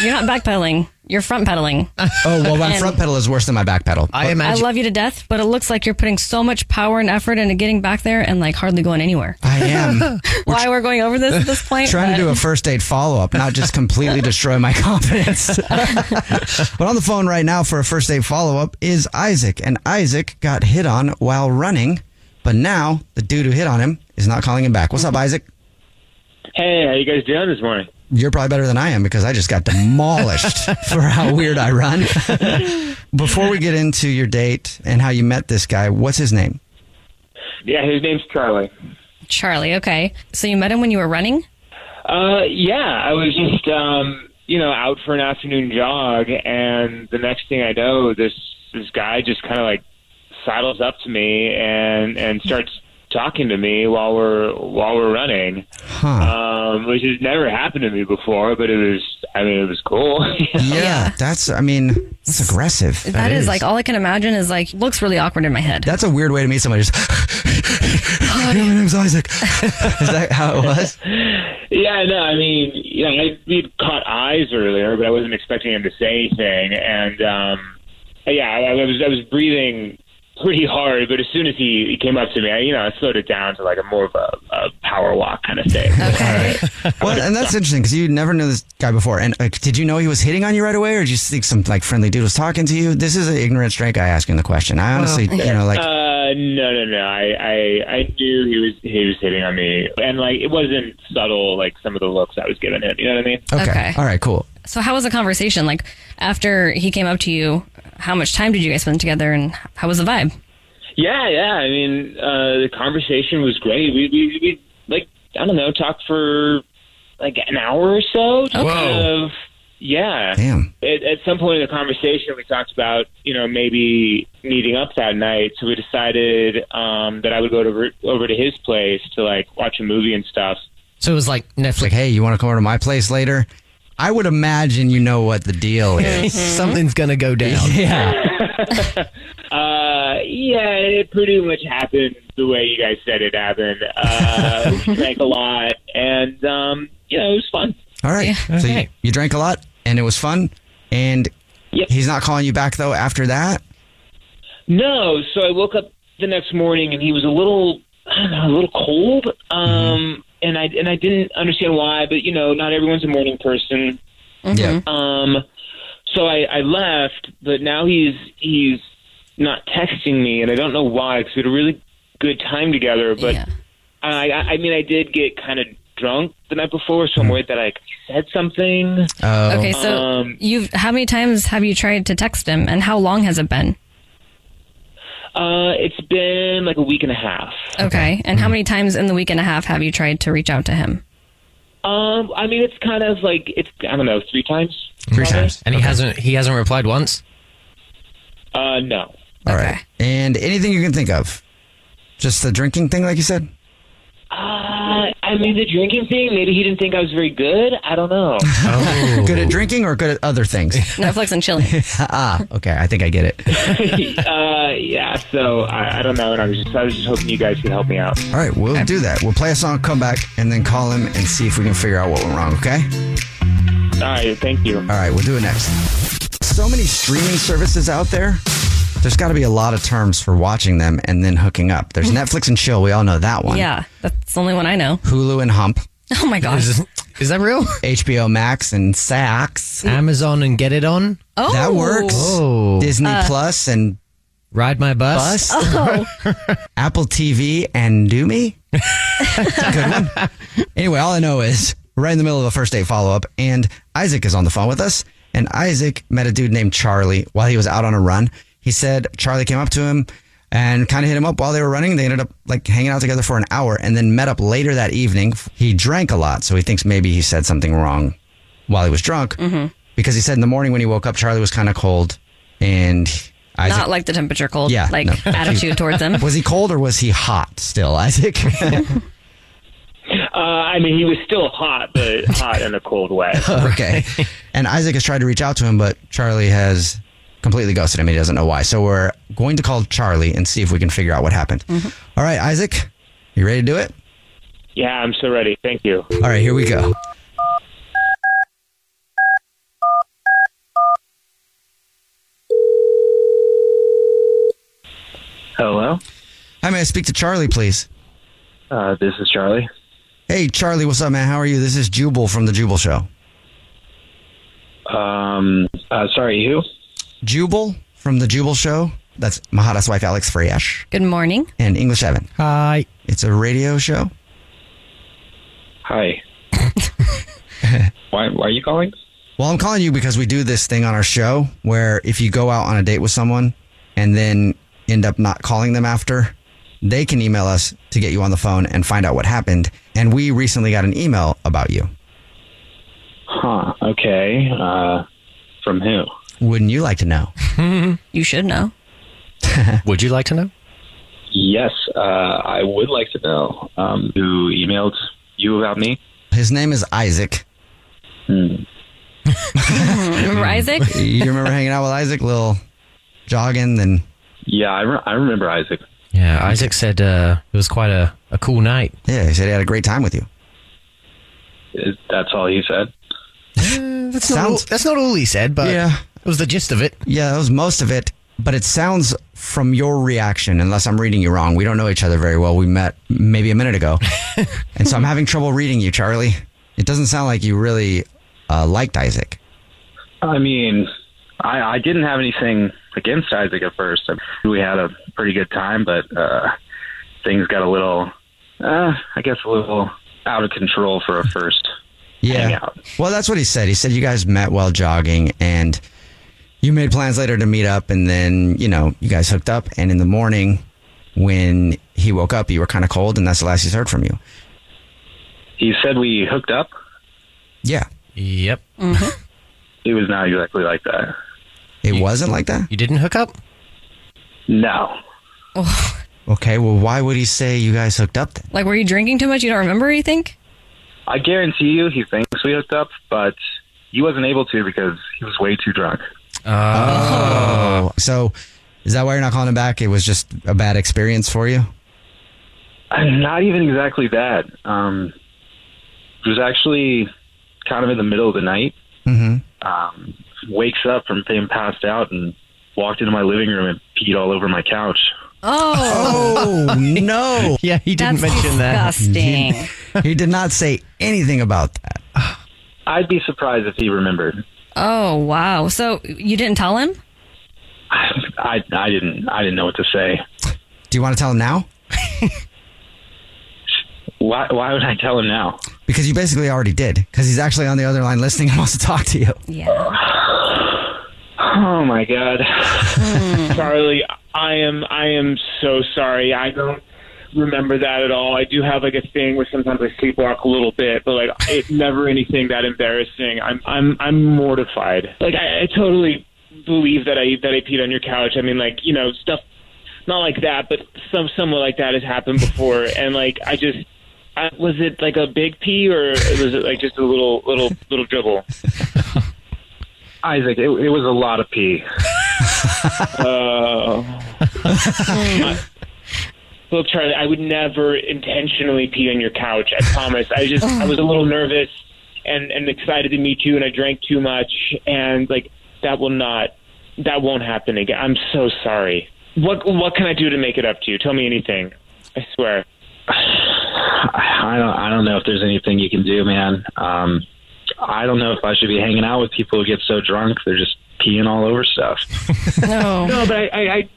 You're not backpedaling. You're front pedaling.
Oh, well, my
And-
front pedal is worse than my back pedal.
I love you to death, but it looks like you're putting so much power and effort into getting back there and like hardly going anywhere.
I am.
Why we're going over this at this point?
Trying to
but-
do a first date follow up, not just completely destroy my confidence. but on the phone right now for a first date follow up is Isaac. And Isaac got hit on while running, but now the dude who hit on him is not calling him back. What's up, Isaac?
Hey, how you guys doing this morning?
You're probably better than I am because I just got demolished for how weird I run. Before we get into your date and how you met this guy, what's his name?
Yeah, his name's Charlie.
Charlie, okay. So you met him when you were running?
Uh, yeah, I was just um, you know out for an afternoon jog, and the next thing I know, this this guy just kind of like sidles up to me and and starts talking to me while we're while we're running.
Huh.
um, which has never happened to me before. But it was, I mean, it was cool.
Yeah, that's. I mean, that's aggressive.
that is, like all I can imagine is like looks really awkward in my head.
That's a weird way to meet somebody. Just, my name's Isaac. is that how it was?
Yeah, no, I mean, you know, I, we'd caught eyes earlier, but I wasn't expecting him to say anything. And um, yeah, I, I was I was breathing pretty hard, but as soon as he, he came up to me, I, you know, I slowed it down to like a more of a, a power walk kind of thing.
Well, and that's interesting because you never knew this guy before. And like, did you know he was hitting on you right away, or did you think some like friendly dude was talking to you? This is an ignorant straight guy asking the question. I honestly, you know, like,
uh, no, no, no. I, I, I knew he was he was hitting on me, and like it wasn't subtle, like some of the looks I was giving him. You know what I mean?
okay, all right, cool.
So how was the conversation? Like after he came up to you, how much time did you guys spend together, and how was the vibe?
Yeah, yeah. I mean, uh, the conversation was great. We, we, we like I don't know, talked for like an hour or so. just
Whoa.
kind Of, yeah.
Damn.
At, at some point in the conversation, we talked about you know maybe meeting up that night. So we decided um, that I would go to, over to his place to like watch a movie and stuff.
So it was like Netflix. Hey, you want to come over to my place later? I would imagine you know what the deal is.
Mhm. Something's
gonna go
down.
Yeah.
Uh, yeah, it pretty much happened the way you guys said it happened. Uh, we drank a lot, and um, you know it was fun.
All right. So you,
Okay.
you drank a lot, and it was fun. And he's not calling you back though after that.
No, so I woke up the next morning and he was a little, I don't know, a little cold. Um, and I and I didn't understand why, but you know, not everyone's a morning person.
Mm-hmm.
Yeah.
Um, so I, I left, but now he's he's not texting me, and I don't know why. Because we had a really good time together, but I I I mean, I did get kind of drunk the night before, so I'm worried that I said something.
Oh.
Oh. Okay, so
Um,
you've how many times have you tried to text him, and how long has it been?
uh, it's been like a week and a half.
Okay, and
Mm-hmm.
how many times in the week and a half have you tried to reach out to him?
Um, I mean, it's kind of like it's I don't know, three times.
Three times, and he hasn't he hasn't replied once.
Uh, no.
All right. And anything you can think of, just the drinking thing, like you said.
Uh, I mean, the drinking thing. Maybe he didn't think I was very good. I don't know.
Oh. good at drinking or good at other things?
Netflix and chilling.
ah, okay. I think I get it.
uh, yeah. So I, I don't know, and I was just I was just hoping you guys could help me out.
All right, we'll do that. We'll play a song, come back, and then call him and see if we can figure out what went wrong, okay?
All right, thank you. All
right, we'll do it next. So many streaming services out there. There's got to be a lot of terms for watching them and then hooking up. There's Netflix and chill. We all know that one.
Yeah, that's the only one I know.
Hulu and hump.
Oh my gosh.
Is that real? HBO Max and Saks.
Amazon and get it on.
Oh.
That works.
Oh.
Disney
Uh,
Plus and
Ride my bus.
Bus. Apple TV and Do Me. Good one. Anyway, all I know is we're right in the middle of a first date follow up, and Isaac is on the phone with us. And Isaac met a dude named Charlie while he was out on a run. He said Charlie came up to him and kind of hit him up while they were running. They ended up like hanging out together for an hour and then met up later that evening. He drank a lot, so he thinks maybe he said something wrong while he was drunk
Mm-hmm.
because he said in the morning when he woke up, Charlie was kind of cold and Isaac
Not like the temperature cold,
yeah,
like
no.
attitude towards him.
Was he cold or was he hot still, Isaac?
Uh, I mean, he was still hot, but hot in a cold way.
okay. And Isaac has tried to reach out to him, but Charlie has completely ghosted him. He doesn't know why. So we're going to call Charlie and see if we can figure out what happened. All right, Isaac, you ready to do it?
Yeah, I'm so ready. Thank you.
All right, here we go.
Hello.
Hi, may I speak to Charlie, please?
Uh, this is Charlie.
Hey, Charlie, what's up, man? How are you? This is Jubal from The Jubal Show.
Um, uh, sorry, who?
Jubal from The Jubal Show. That's my hottest wife, Alex Friash,
Good morning.
and English Evan. Hi. It's a radio show.
Hi. why, why are you calling?
Well, I'm calling you because we do this thing on our show where if you go out on a date with someone and then end up not calling them after, they can email us to get you on the phone and find out what happened. And we recently got an email about you.
Huh. Okay. Uh, from who?
Wouldn't you like to know? Mm-hmm.
you should know.
Would you like to know? Yes, uh, I would like to know um, who emailed you about me.
His name is Isaac. Mm-hmm.
Remember Isaac?
you remember hanging out with Isaac, little jogging, then
Yeah, I, re- I remember Isaac.
Yeah, Isaac said uh, it was quite a, a cool night.
Yeah, he said he had a great time with you.
Is- That's all he said.
that's, not all, that's not all he said, but
yeah.
it was the gist of it.
Yeah, that was most of it. But it sounds from your reaction, unless I'm reading you wrong. We don't know each other very well. We met maybe a minute ago. and so I'm having trouble reading you, Charlie. It doesn't sound like you really uh, liked Isaac.
I mean, I, I didn't have anything against Isaac at first. We had a pretty good time, but uh, things got a little, uh, I guess, a little out of control for a first.
Yeah. Well, that's what he said. He said you guys met while jogging and you made plans later to meet up. And then, you know, you guys hooked up. And in the morning, when he woke up, you were kind of cold. And that's the last he's heard from you.
He said we hooked up.
Yeah.
Yep.
It was not exactly like that.
It wasn't like that?
You didn't hook up?
No.
Okay. Well, why would he say you guys hooked up then?
Like, were you drinking too much? You don't remember anything?
I guarantee you he thinks we hooked up, but he wasn't able to because he was way too drunk.
Oh. So is that why you're not calling him back? It was just a bad experience for you?
Not even exactly that. Um, it was actually kind of in the middle of the night.
Mm-hmm.
Um, wakes up from being passed out and walked into my living room and peed all over my couch.
Oh.
Oh, no.
yeah, he
didn't That's mention that. disgusting.
He, he did not say anything about that.
I'd be surprised if he remembered.
Oh, wow. So you didn't tell him?
I I didn't I didn't know what to say.
Do you want to tell him now?
Why Why would I tell him now?
Because you basically already did. Because he's actually on the other line listening and wants to talk to you.
Oh my god, Charlie, I am I am so sorry. I don't remember that at all. I do have like a thing where sometimes I sleepwalk a little bit, but like it's never anything that embarrassing. I'm I'm I'm mortified. Like I, I totally believe that I that I peed on your couch. I mean, like you know stuff not like that, but some somewhat like that has happened before, and like I just. I, was it like a big pee, or was it like just a little, little, little dribble?
Isaac, it, it was a lot of pee.
Oh. I- Look, Charlie, I would never intentionally pee on your couch. I promise. I just I was a little nervous and and excited to meet you, and I drank too much, and like that will not that won't happen again. I'm so sorry. What what can I do to make it up to you? Tell me anything. I swear.
I don't I don't know if there's anything you can do, man. Um, I don't know if I should be hanging out with people who get so drunk they're just peeing all over stuff.
No. No, but I I, I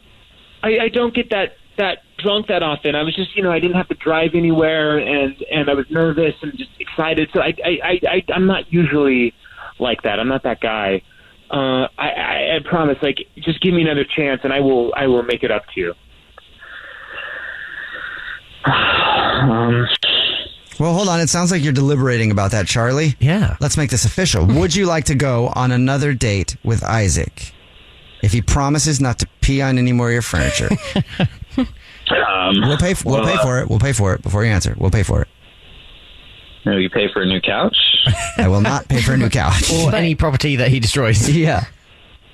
I I don't get that that drunk that often. I was just you know I didn't have to drive anywhere and and I was nervous and just excited. So I I I, I I'm not usually like that. I'm not that guy. Uh, I, I I promise. Like just give me another chance and I will I will make it up to you.
Um,
Well, hold on. It sounds like you're deliberating about that, Charlie.
Yeah.
Let's make this official. Would you like to go on another date with Isaac if he promises not to pee on any more of your furniture? we'll pay. We'll pay for it. We'll pay for it before you answer. We'll pay for it.
You, know, you pay for a new couch.
I will not pay for a new couch
or any property that he destroys.
Yeah.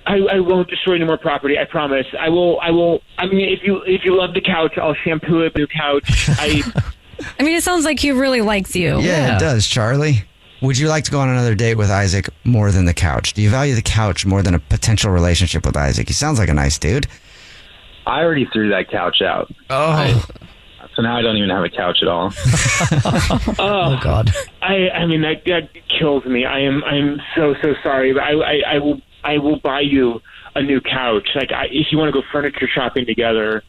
I, I won't destroy any more property. I promise. I will. I will. I mean, if you if you love the couch, I'll shampoo it. New couch. I
I mean, it sounds like he really likes you.
Yeah, it does, Charlie. Would you like to go on another date with Isaac more than the couch? Do you value the couch more than a potential relationship with Isaac? He sounds like a nice dude.
I already threw that couch out.
Oh.
so now I don't even have a couch at all.
oh
God.
I I mean that that kills me. I am I'm so so sorry. But I I, I will I will buy you a new couch. Like I, if you want to go furniture shopping together,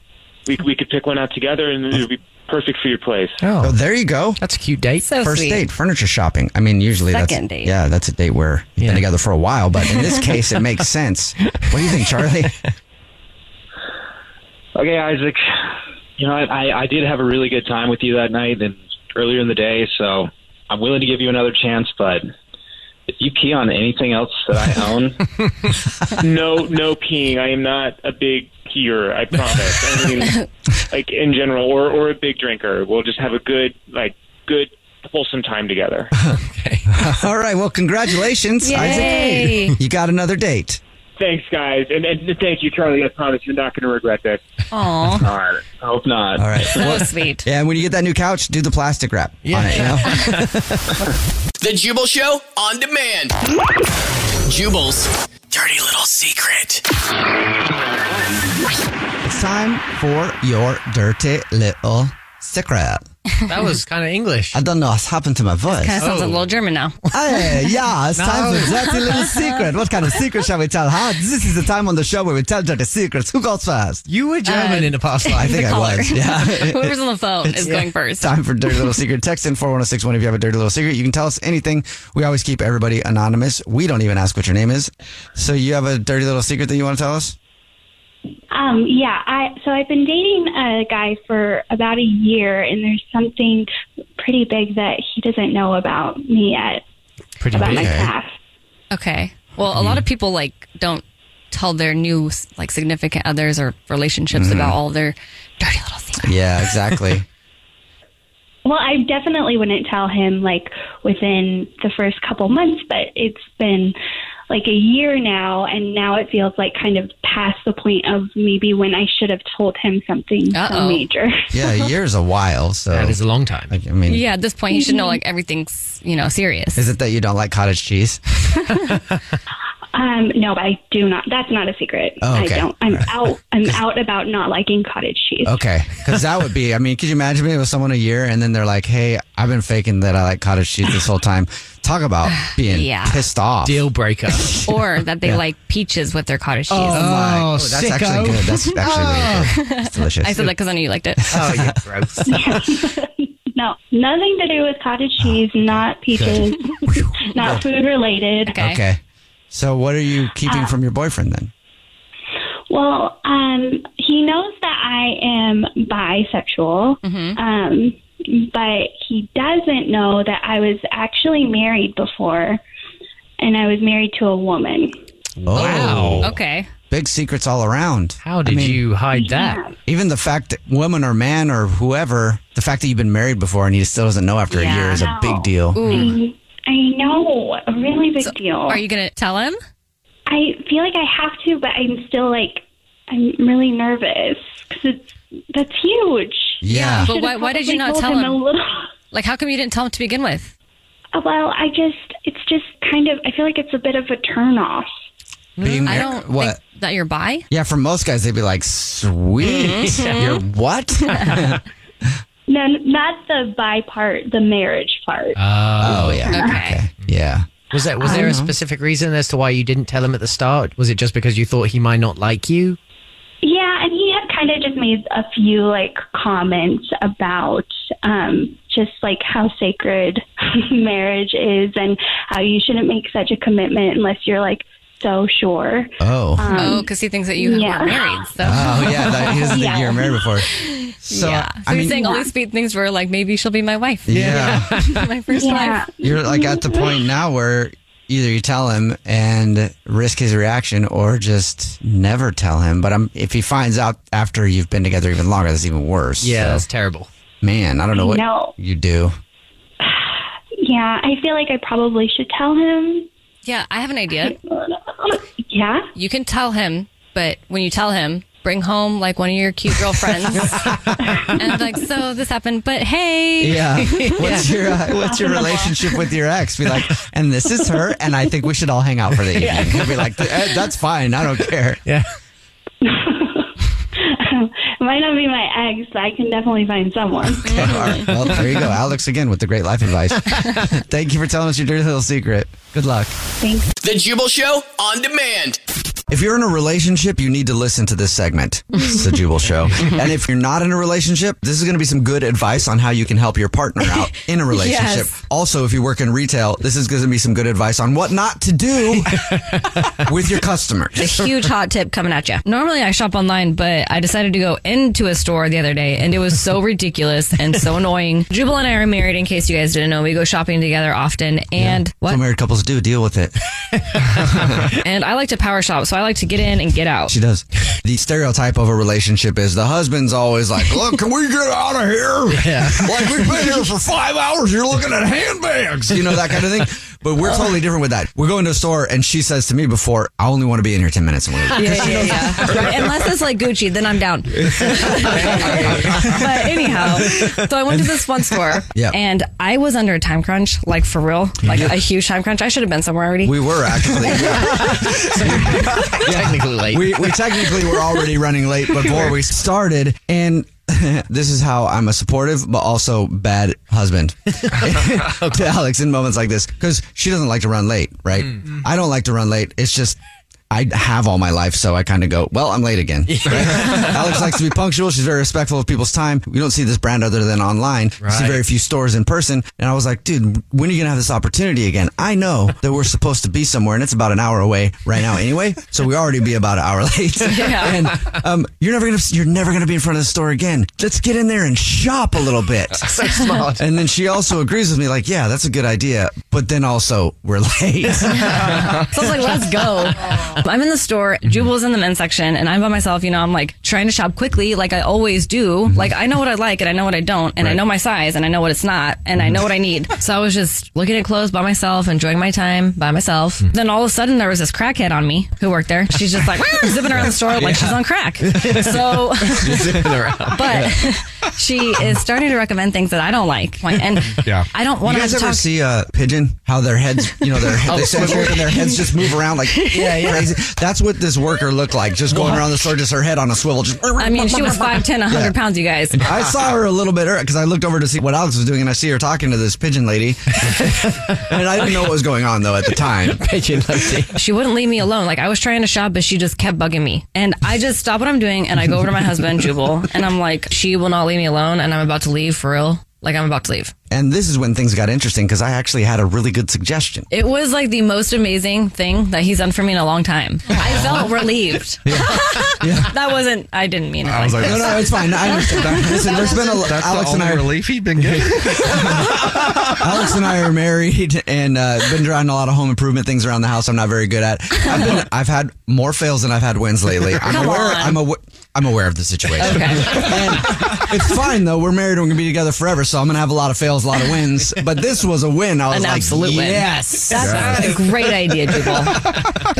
we we could pick one out together and it would be perfect for your place.
Oh,
there you go.
That's a cute date.
So
First
sweet.
date, furniture shopping. I mean, usually
Second
that's
date.
yeah, that's a date where you've been together for a while. But in this case, it makes sense. What do you think, Charlie?
Okay, Isaac. You know, I, I, I did have a really good time with you that night and earlier in the day, so I'm willing to give you another chance, but if you pee on anything else that I own,
no no peeing. I am not a big peer. I promise. I mean, like in general, or or a big drinker. We'll just have a good like good pull some time together.
All right. Well, congratulations,
Yay.
Isaac. You got another date.
Thanks, guys, and, and thank you, Charlie. I promise you're not going to regret this.
Aw.
All right. I hope not.
All right. Well,
sweet.
Yeah, and when you get that new couch, do the plastic wrap on it. You know?
The Jubal Show on demand. Jubal's dirty little secret.
it's time for your dirty little secret.
That was kind of English. Oh.
I don't know what's happened to my voice.
Kind of sounds a little German now.
Hey, Uh, yeah, it's time for dirty little secret. What kind of secret shall we tell? Huh? This is the time on the show where we tell dirty secrets. Who goes first?
You were
German in the past
life.
I
Um,
think
the
I
caller.
was. Yeah.
Whoever's on the phone
It's-
is going first.
Time for Dirty Little Secret. Text in 41061 if you have a Dirty Little Secret. You can tell us anything. We always keep everybody anonymous. We don't even ask what your name is. So you have a Dirty Little Secret that you want to tell us?
Um, yeah, I so I've been dating a guy for about a year, and there's something pretty big that he doesn't know about me yet.
Pretty
about my
big.
past.
Okay. Well, a lot of
Mm-hmm.
people like don't tell their new like significant others or relationships
Mhm.
about all their.
Yeah, exactly.
Well, I definitely wouldn't tell him like within the first couple months, but it's been like a year now, and now it feels like kind of past the point of maybe when I should have told him something so major.
yeah, a year is a while. So that is
a long time.
I mean,
yeah, at this point, you should know
Mhm.
like everything's you know serious.
is it that you don't like cottage cheese?
Um, no, but I do not. That's not a secret.
Oh, okay.
I don't. I'm out. I'm out about not liking cottage cheese.
Okay, because that would be. I mean, could you imagine being with someone a year and then they're like, "Hey, I've been faking that I like cottage cheese this whole time." Talk about being
Yeah.
pissed off.
Deal breaker.
or that they
Yeah.
like peaches with their cottage cheese.
Oh, my. Oh, Oh, that's sicko. actually good. That's actually
Ah.
really
good. It's
delicious.
Oh. I said that because I knew you liked it.
Oh, yeah, gross.
No, nothing to do with cottage
Oh,
cheese. Not peaches. not food related.
Okay. So what are you keeping
Uh,
from your boyfriend then?
Well, um, he knows that I am bisexual,
Mm-hmm.
um, but he doesn't know that I was actually married before, and I was married to a woman.
Oh. Wow.
Okay.
Big secrets all around. How
Oh. did you hide that? Yeah.
Even the fact that woman or man or whoever, the fact that you've been married before and he still doesn't know after a year is a big deal.
I, I know, a really big deal.
Mm-hmm. Are you gonna tell him?
I feel like I have to, but I'm still like, I'm really nervous because it's that's huge.
Yeah.
But why, why did you not tell him?
A little. Uh,
Like, how come you didn't tell him to begin with?
Well, I just, it's just kind of, I feel like it's a bit of a turnoff.
Being
I
mar-
don't
what?
think that you're bi.
yeah, for most guys they'd be like, "Sweet,
Mm-hmm.
Mhm.
you're what?"
No, not the by part, the marriage part.
Oh,
yeah. Okay.
Yeah. Um,
Was that was
I
there a
don't know.
specific reason as to why you didn't tell him at the start? Was it just because you thought he might not like you?
Yeah, and he had kind of just made a few like comments about um, just like how sacred marriage is and how you shouldn't make such a commitment unless you're like so sure.
Oh.
Uh,
oh, because he thinks that you
Um, yeah.
were married. So.
oh yeah, that, he doesn't think you were married before. So,
yeah. So
I
you're
mean,
saying all these sweet things were like, maybe she'll be my wife.
Yeah.
my first wife.
you're like at the point now where either you tell him and risk his reaction or just never tell him but I'm, if he finds out after you've been together even longer that's even worse
Yeah, that's
terrible man i don't know
I
what
know.
you do
Yeah, I feel like I probably should tell him.
Yeah, I have an idea.
Yeah.
You can tell him, but when you tell him, bring home like one of your cute girlfriends and like, so this happened, but hey.
yeah what's your uh, what's your relationship with your ex be like and this is her and i think we should all hang out for the evening
Yeah.
he'll be like "Eh, that's fine i don't care yeah
It might not be my ex, but I can definitely find someone.
well there you go alex again with the great life advice thank you for telling us your dirty little secret good luck
Thanks.
The Jubal Show on demand.
If you're in a relationship, you need to listen to this segment. It's the Jubal Show. And if you're not in a relationship, this is going to be some good advice on how you can help your partner out in a relationship.
Yes.
Also, if you work in retail, this is going to be some good advice on what not to do with your customers.
It's a huge hot tip coming at you. Normally I shop online, but I decided to go into a store the other day and it was so ridiculous and so annoying. Jubal and I are married in case you guys didn't know. We go shopping together often and
What married couples do deal with it.
and I like to power shop, so I like to get in and get out.
She does. The stereotype of a relationship is the husband's always like, "Look, can we get out of here?
Yeah.
like we've been here for five hours. You're looking at handbags, you know that kind of thing." But we're totally different with that. We're going to a store, and she says to me before, "I only want to be in here ten minutes." And we're
Yeah, yeah, yeah, yeah. Unless it's like Gucci, then I'm down. but anyhow, so I went to this one store,
Yep.
and I was under a time crunch, like for real, like
Yeah.
a huge time crunch. I should have been somewhere already.
We were actually. technically late. We, we technically were already running late before we started. And this is how I'm a supportive, but also bad husband to Alex in moments like this because she doesn't like to run late, right? I don't like to run late. It's just. I have all my life, so I kind of go, well, I'm late again. right? Alex likes to be punctual. She's very respectful of people's time. We don't see this brand other than online. We see
Right.
very few stores in person. And I was like, dude, when are you going to have this opportunity again? I know that we're supposed to be somewhere and it's about an hour away right now anyway. So we already be about an hour late.
Yeah.
And um, you're never going to, you're never going to be in front of the store again. Let's get in there and shop a little bit.
So smart.
And then she also agrees with me like, yeah, that's a good idea. But then also we're late.
so I was like, let's go. I'm in the store. Jubal's in the men's section, and I'm by myself. You know, I'm like trying to shop quickly, like I always do.
Mm-hmm.
Like I know what I like, and I know what I don't, and I
Right.
know my size, and I know what it's not, and
Mm-hmm.
I know what I need. So I was just looking at clothes by myself, enjoying my time by myself.
Mm.
Then all of a sudden, there was this crackhead on me who worked there. She's just like zipping around the store like
Yeah.
she's on crack. So
But
she is starting to recommend things that I don't like, and
Yeah.
I don't want
you
to have
guys
to
ever
talk.
see a pigeon? How their heads, you know, their
Oh,
they sit
swivel.
forward and their heads just move around like
Yeah, yeah.
crazy. That's what this worker looked like, just going around the store, just her head on a swivel. Just
I mean, she was 5'10", 100
Yeah.
pounds, you guys.
I saw her a little bit earlier because I looked over to see what Alex was doing, and I see her talking to this pigeon lady, and I didn't know what was going on though at the time. pigeon lady.
She wouldn't leave me alone. Like I was trying to shop, but she just kept bugging me. And I just stop what I'm doing and I go over to my husband, Jubal, and I'm like, she will not leave me alone, and I'm about to leave for real. Like I'm about to leave.
And this is when things got interesting because I actually had a really good suggestion.
It was like the most amazing thing that he's done for me in a long time. I felt relieved. that wasn't. I didn't mean it.
I was like,
this.
no, no, it's fine. I understand. Listen, there's been a
That's
Alex
the
and
only
I
relief he'd been getting.
Alex and I are married and uh, been trying a lot of home improvement things around the house. I'm not very good at. I've, been, I've had more fails than I've had wins lately. I'm
Come
aware.
on.
I'm aware. I'm aware of the situation. And it's fine though. We're married and we're gonna be together forever, so I'm gonna have a lot of fails, a lot of wins. But this was a win. I was
An
like,
absolute win.
yes.
That's a great idea, Jubal.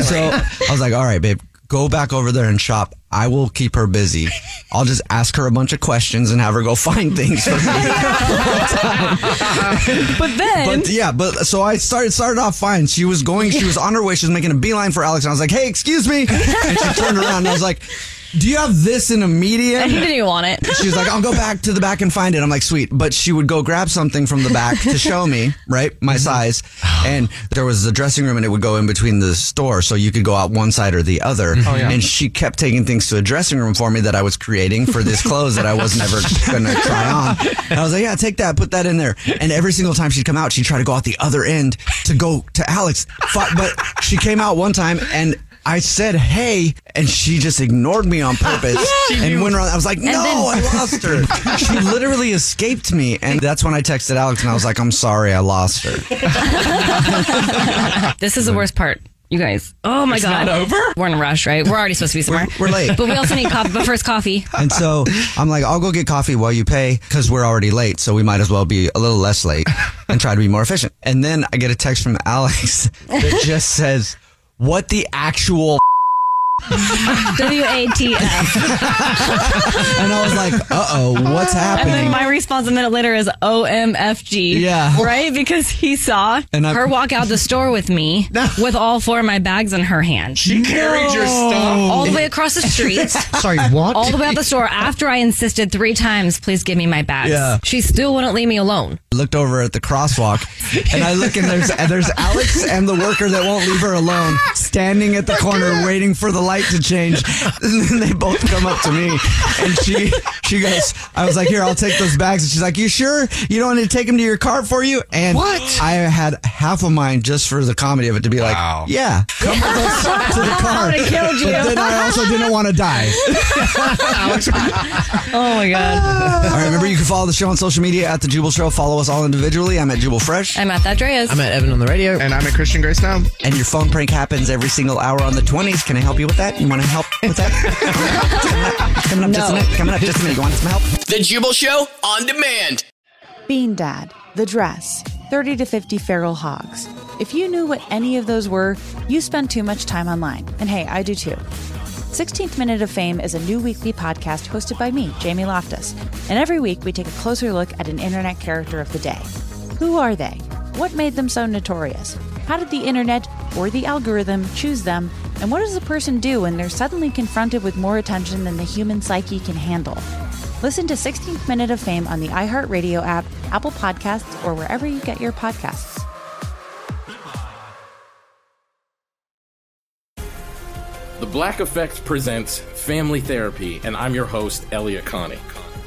So I was like, all right, babe, go back over there and shop. I will keep her busy. I'll just ask her a bunch of questions and have her go find things for me.
Uh-huh.
but then,
but yeah, but so I started started off fine. She was going, she was on her way. She was making a beeline for Alex, and I was like, "Hey, excuse me!" And she turned around, and I was like, "Do you have this in a medium?"
and he didn't even want it.
She was like, I'll go back to the back and find it. I'm like, sweet. But she would go grab something from the back to show me, right? My size. And there was the dressing room and it would go in between the store. So you could go out one side or the other.
Oh, yeah.
And she kept taking things to a dressing room for me that I was creating for this clothes that I was never going to try on. And I was like, yeah, take that, put that in there. And every single time she'd come out, she'd try to go out the other end to go to Alex. Fi- But she came out one time and I said, hey, and she just ignored me on purpose
She
and
knew.
went around. I was like, no,
And then-
I lost her. she literally escaped me. And that's when I texted Alex and I was like, I'm sorry, I lost her.
This is the worst part. You guys. Oh my
It's
god.
not
over? We're in a rush, right? We're already supposed to be somewhere.
We're- we're late.
But we also need coffee but first coffee.
And so I'm like, I'll go get coffee while you pay because we're already late. So we might as well be a little less late and try to be more efficient. And then I get a text from Alex that just says, What the actual
W A T F.
And I was like, uh oh, what's
And then
happening?
my response a minute later is O M F G.
Yeah.
Right? Because he saw
And I-
her walk out the store with me with all four of my bags in her hand. She
carried your stuff?
All the way across the street.
Sorry, what?
All the way out the store after I insisted three times, please give me my bags.
Yeah.
She still wouldn't leave me alone.
looked over at the crosswalk and I look and there's and there's Alex and the worker that won't leave her alone standing at the corner waiting for the light to change. And then they both come up to me, and she she goes, "I was like, here, I'll take those bags." And she's like, "You sure you don't want me to take them to your car for you?" And what? I had half of mine just for the comedy of it to be like, "Yeah, come with us to the car."
I would've killed you.
But then I also didn't want to die.
Oh my god.
All right, remember you can follow the show on social media at the Jubal Show. Follow us all individually. I'm at Jubal Fresh.
I'm at that Dreas.
Evan on the radio. And
I'm at Christian Grace now.
And your phone prank happens every single hour on the 20s. Can I help you with that? You want to help with that? coming up, just a minute. Coming up just a minute. You want some help?
The Jubal Show on demand.
Bean Dad, The Dress, 30 to 50 Feral Hogs. If you knew what any of those were, you spend too much time online. And hey, I do too. 16th Minute of Fame is a new weekly podcast hosted by me, Jamie Loftus. And every week we take a closer look at an internet character of the day. Who are they? What made them so notorious? How did the internet or the algorithm choose them? And what does a person do when they're suddenly confronted with more attention than the human psyche can handle? Listen to 16th Minute of Fame on the iHeartRadio app, Apple Podcasts, or wherever you get your podcasts.
The Black Effect presents Family Therapy, and I'm your host, Elia Connie.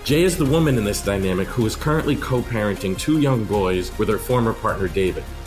Jay is the woman in this dynamic who is currently co parenting two young boys with her former partner, David.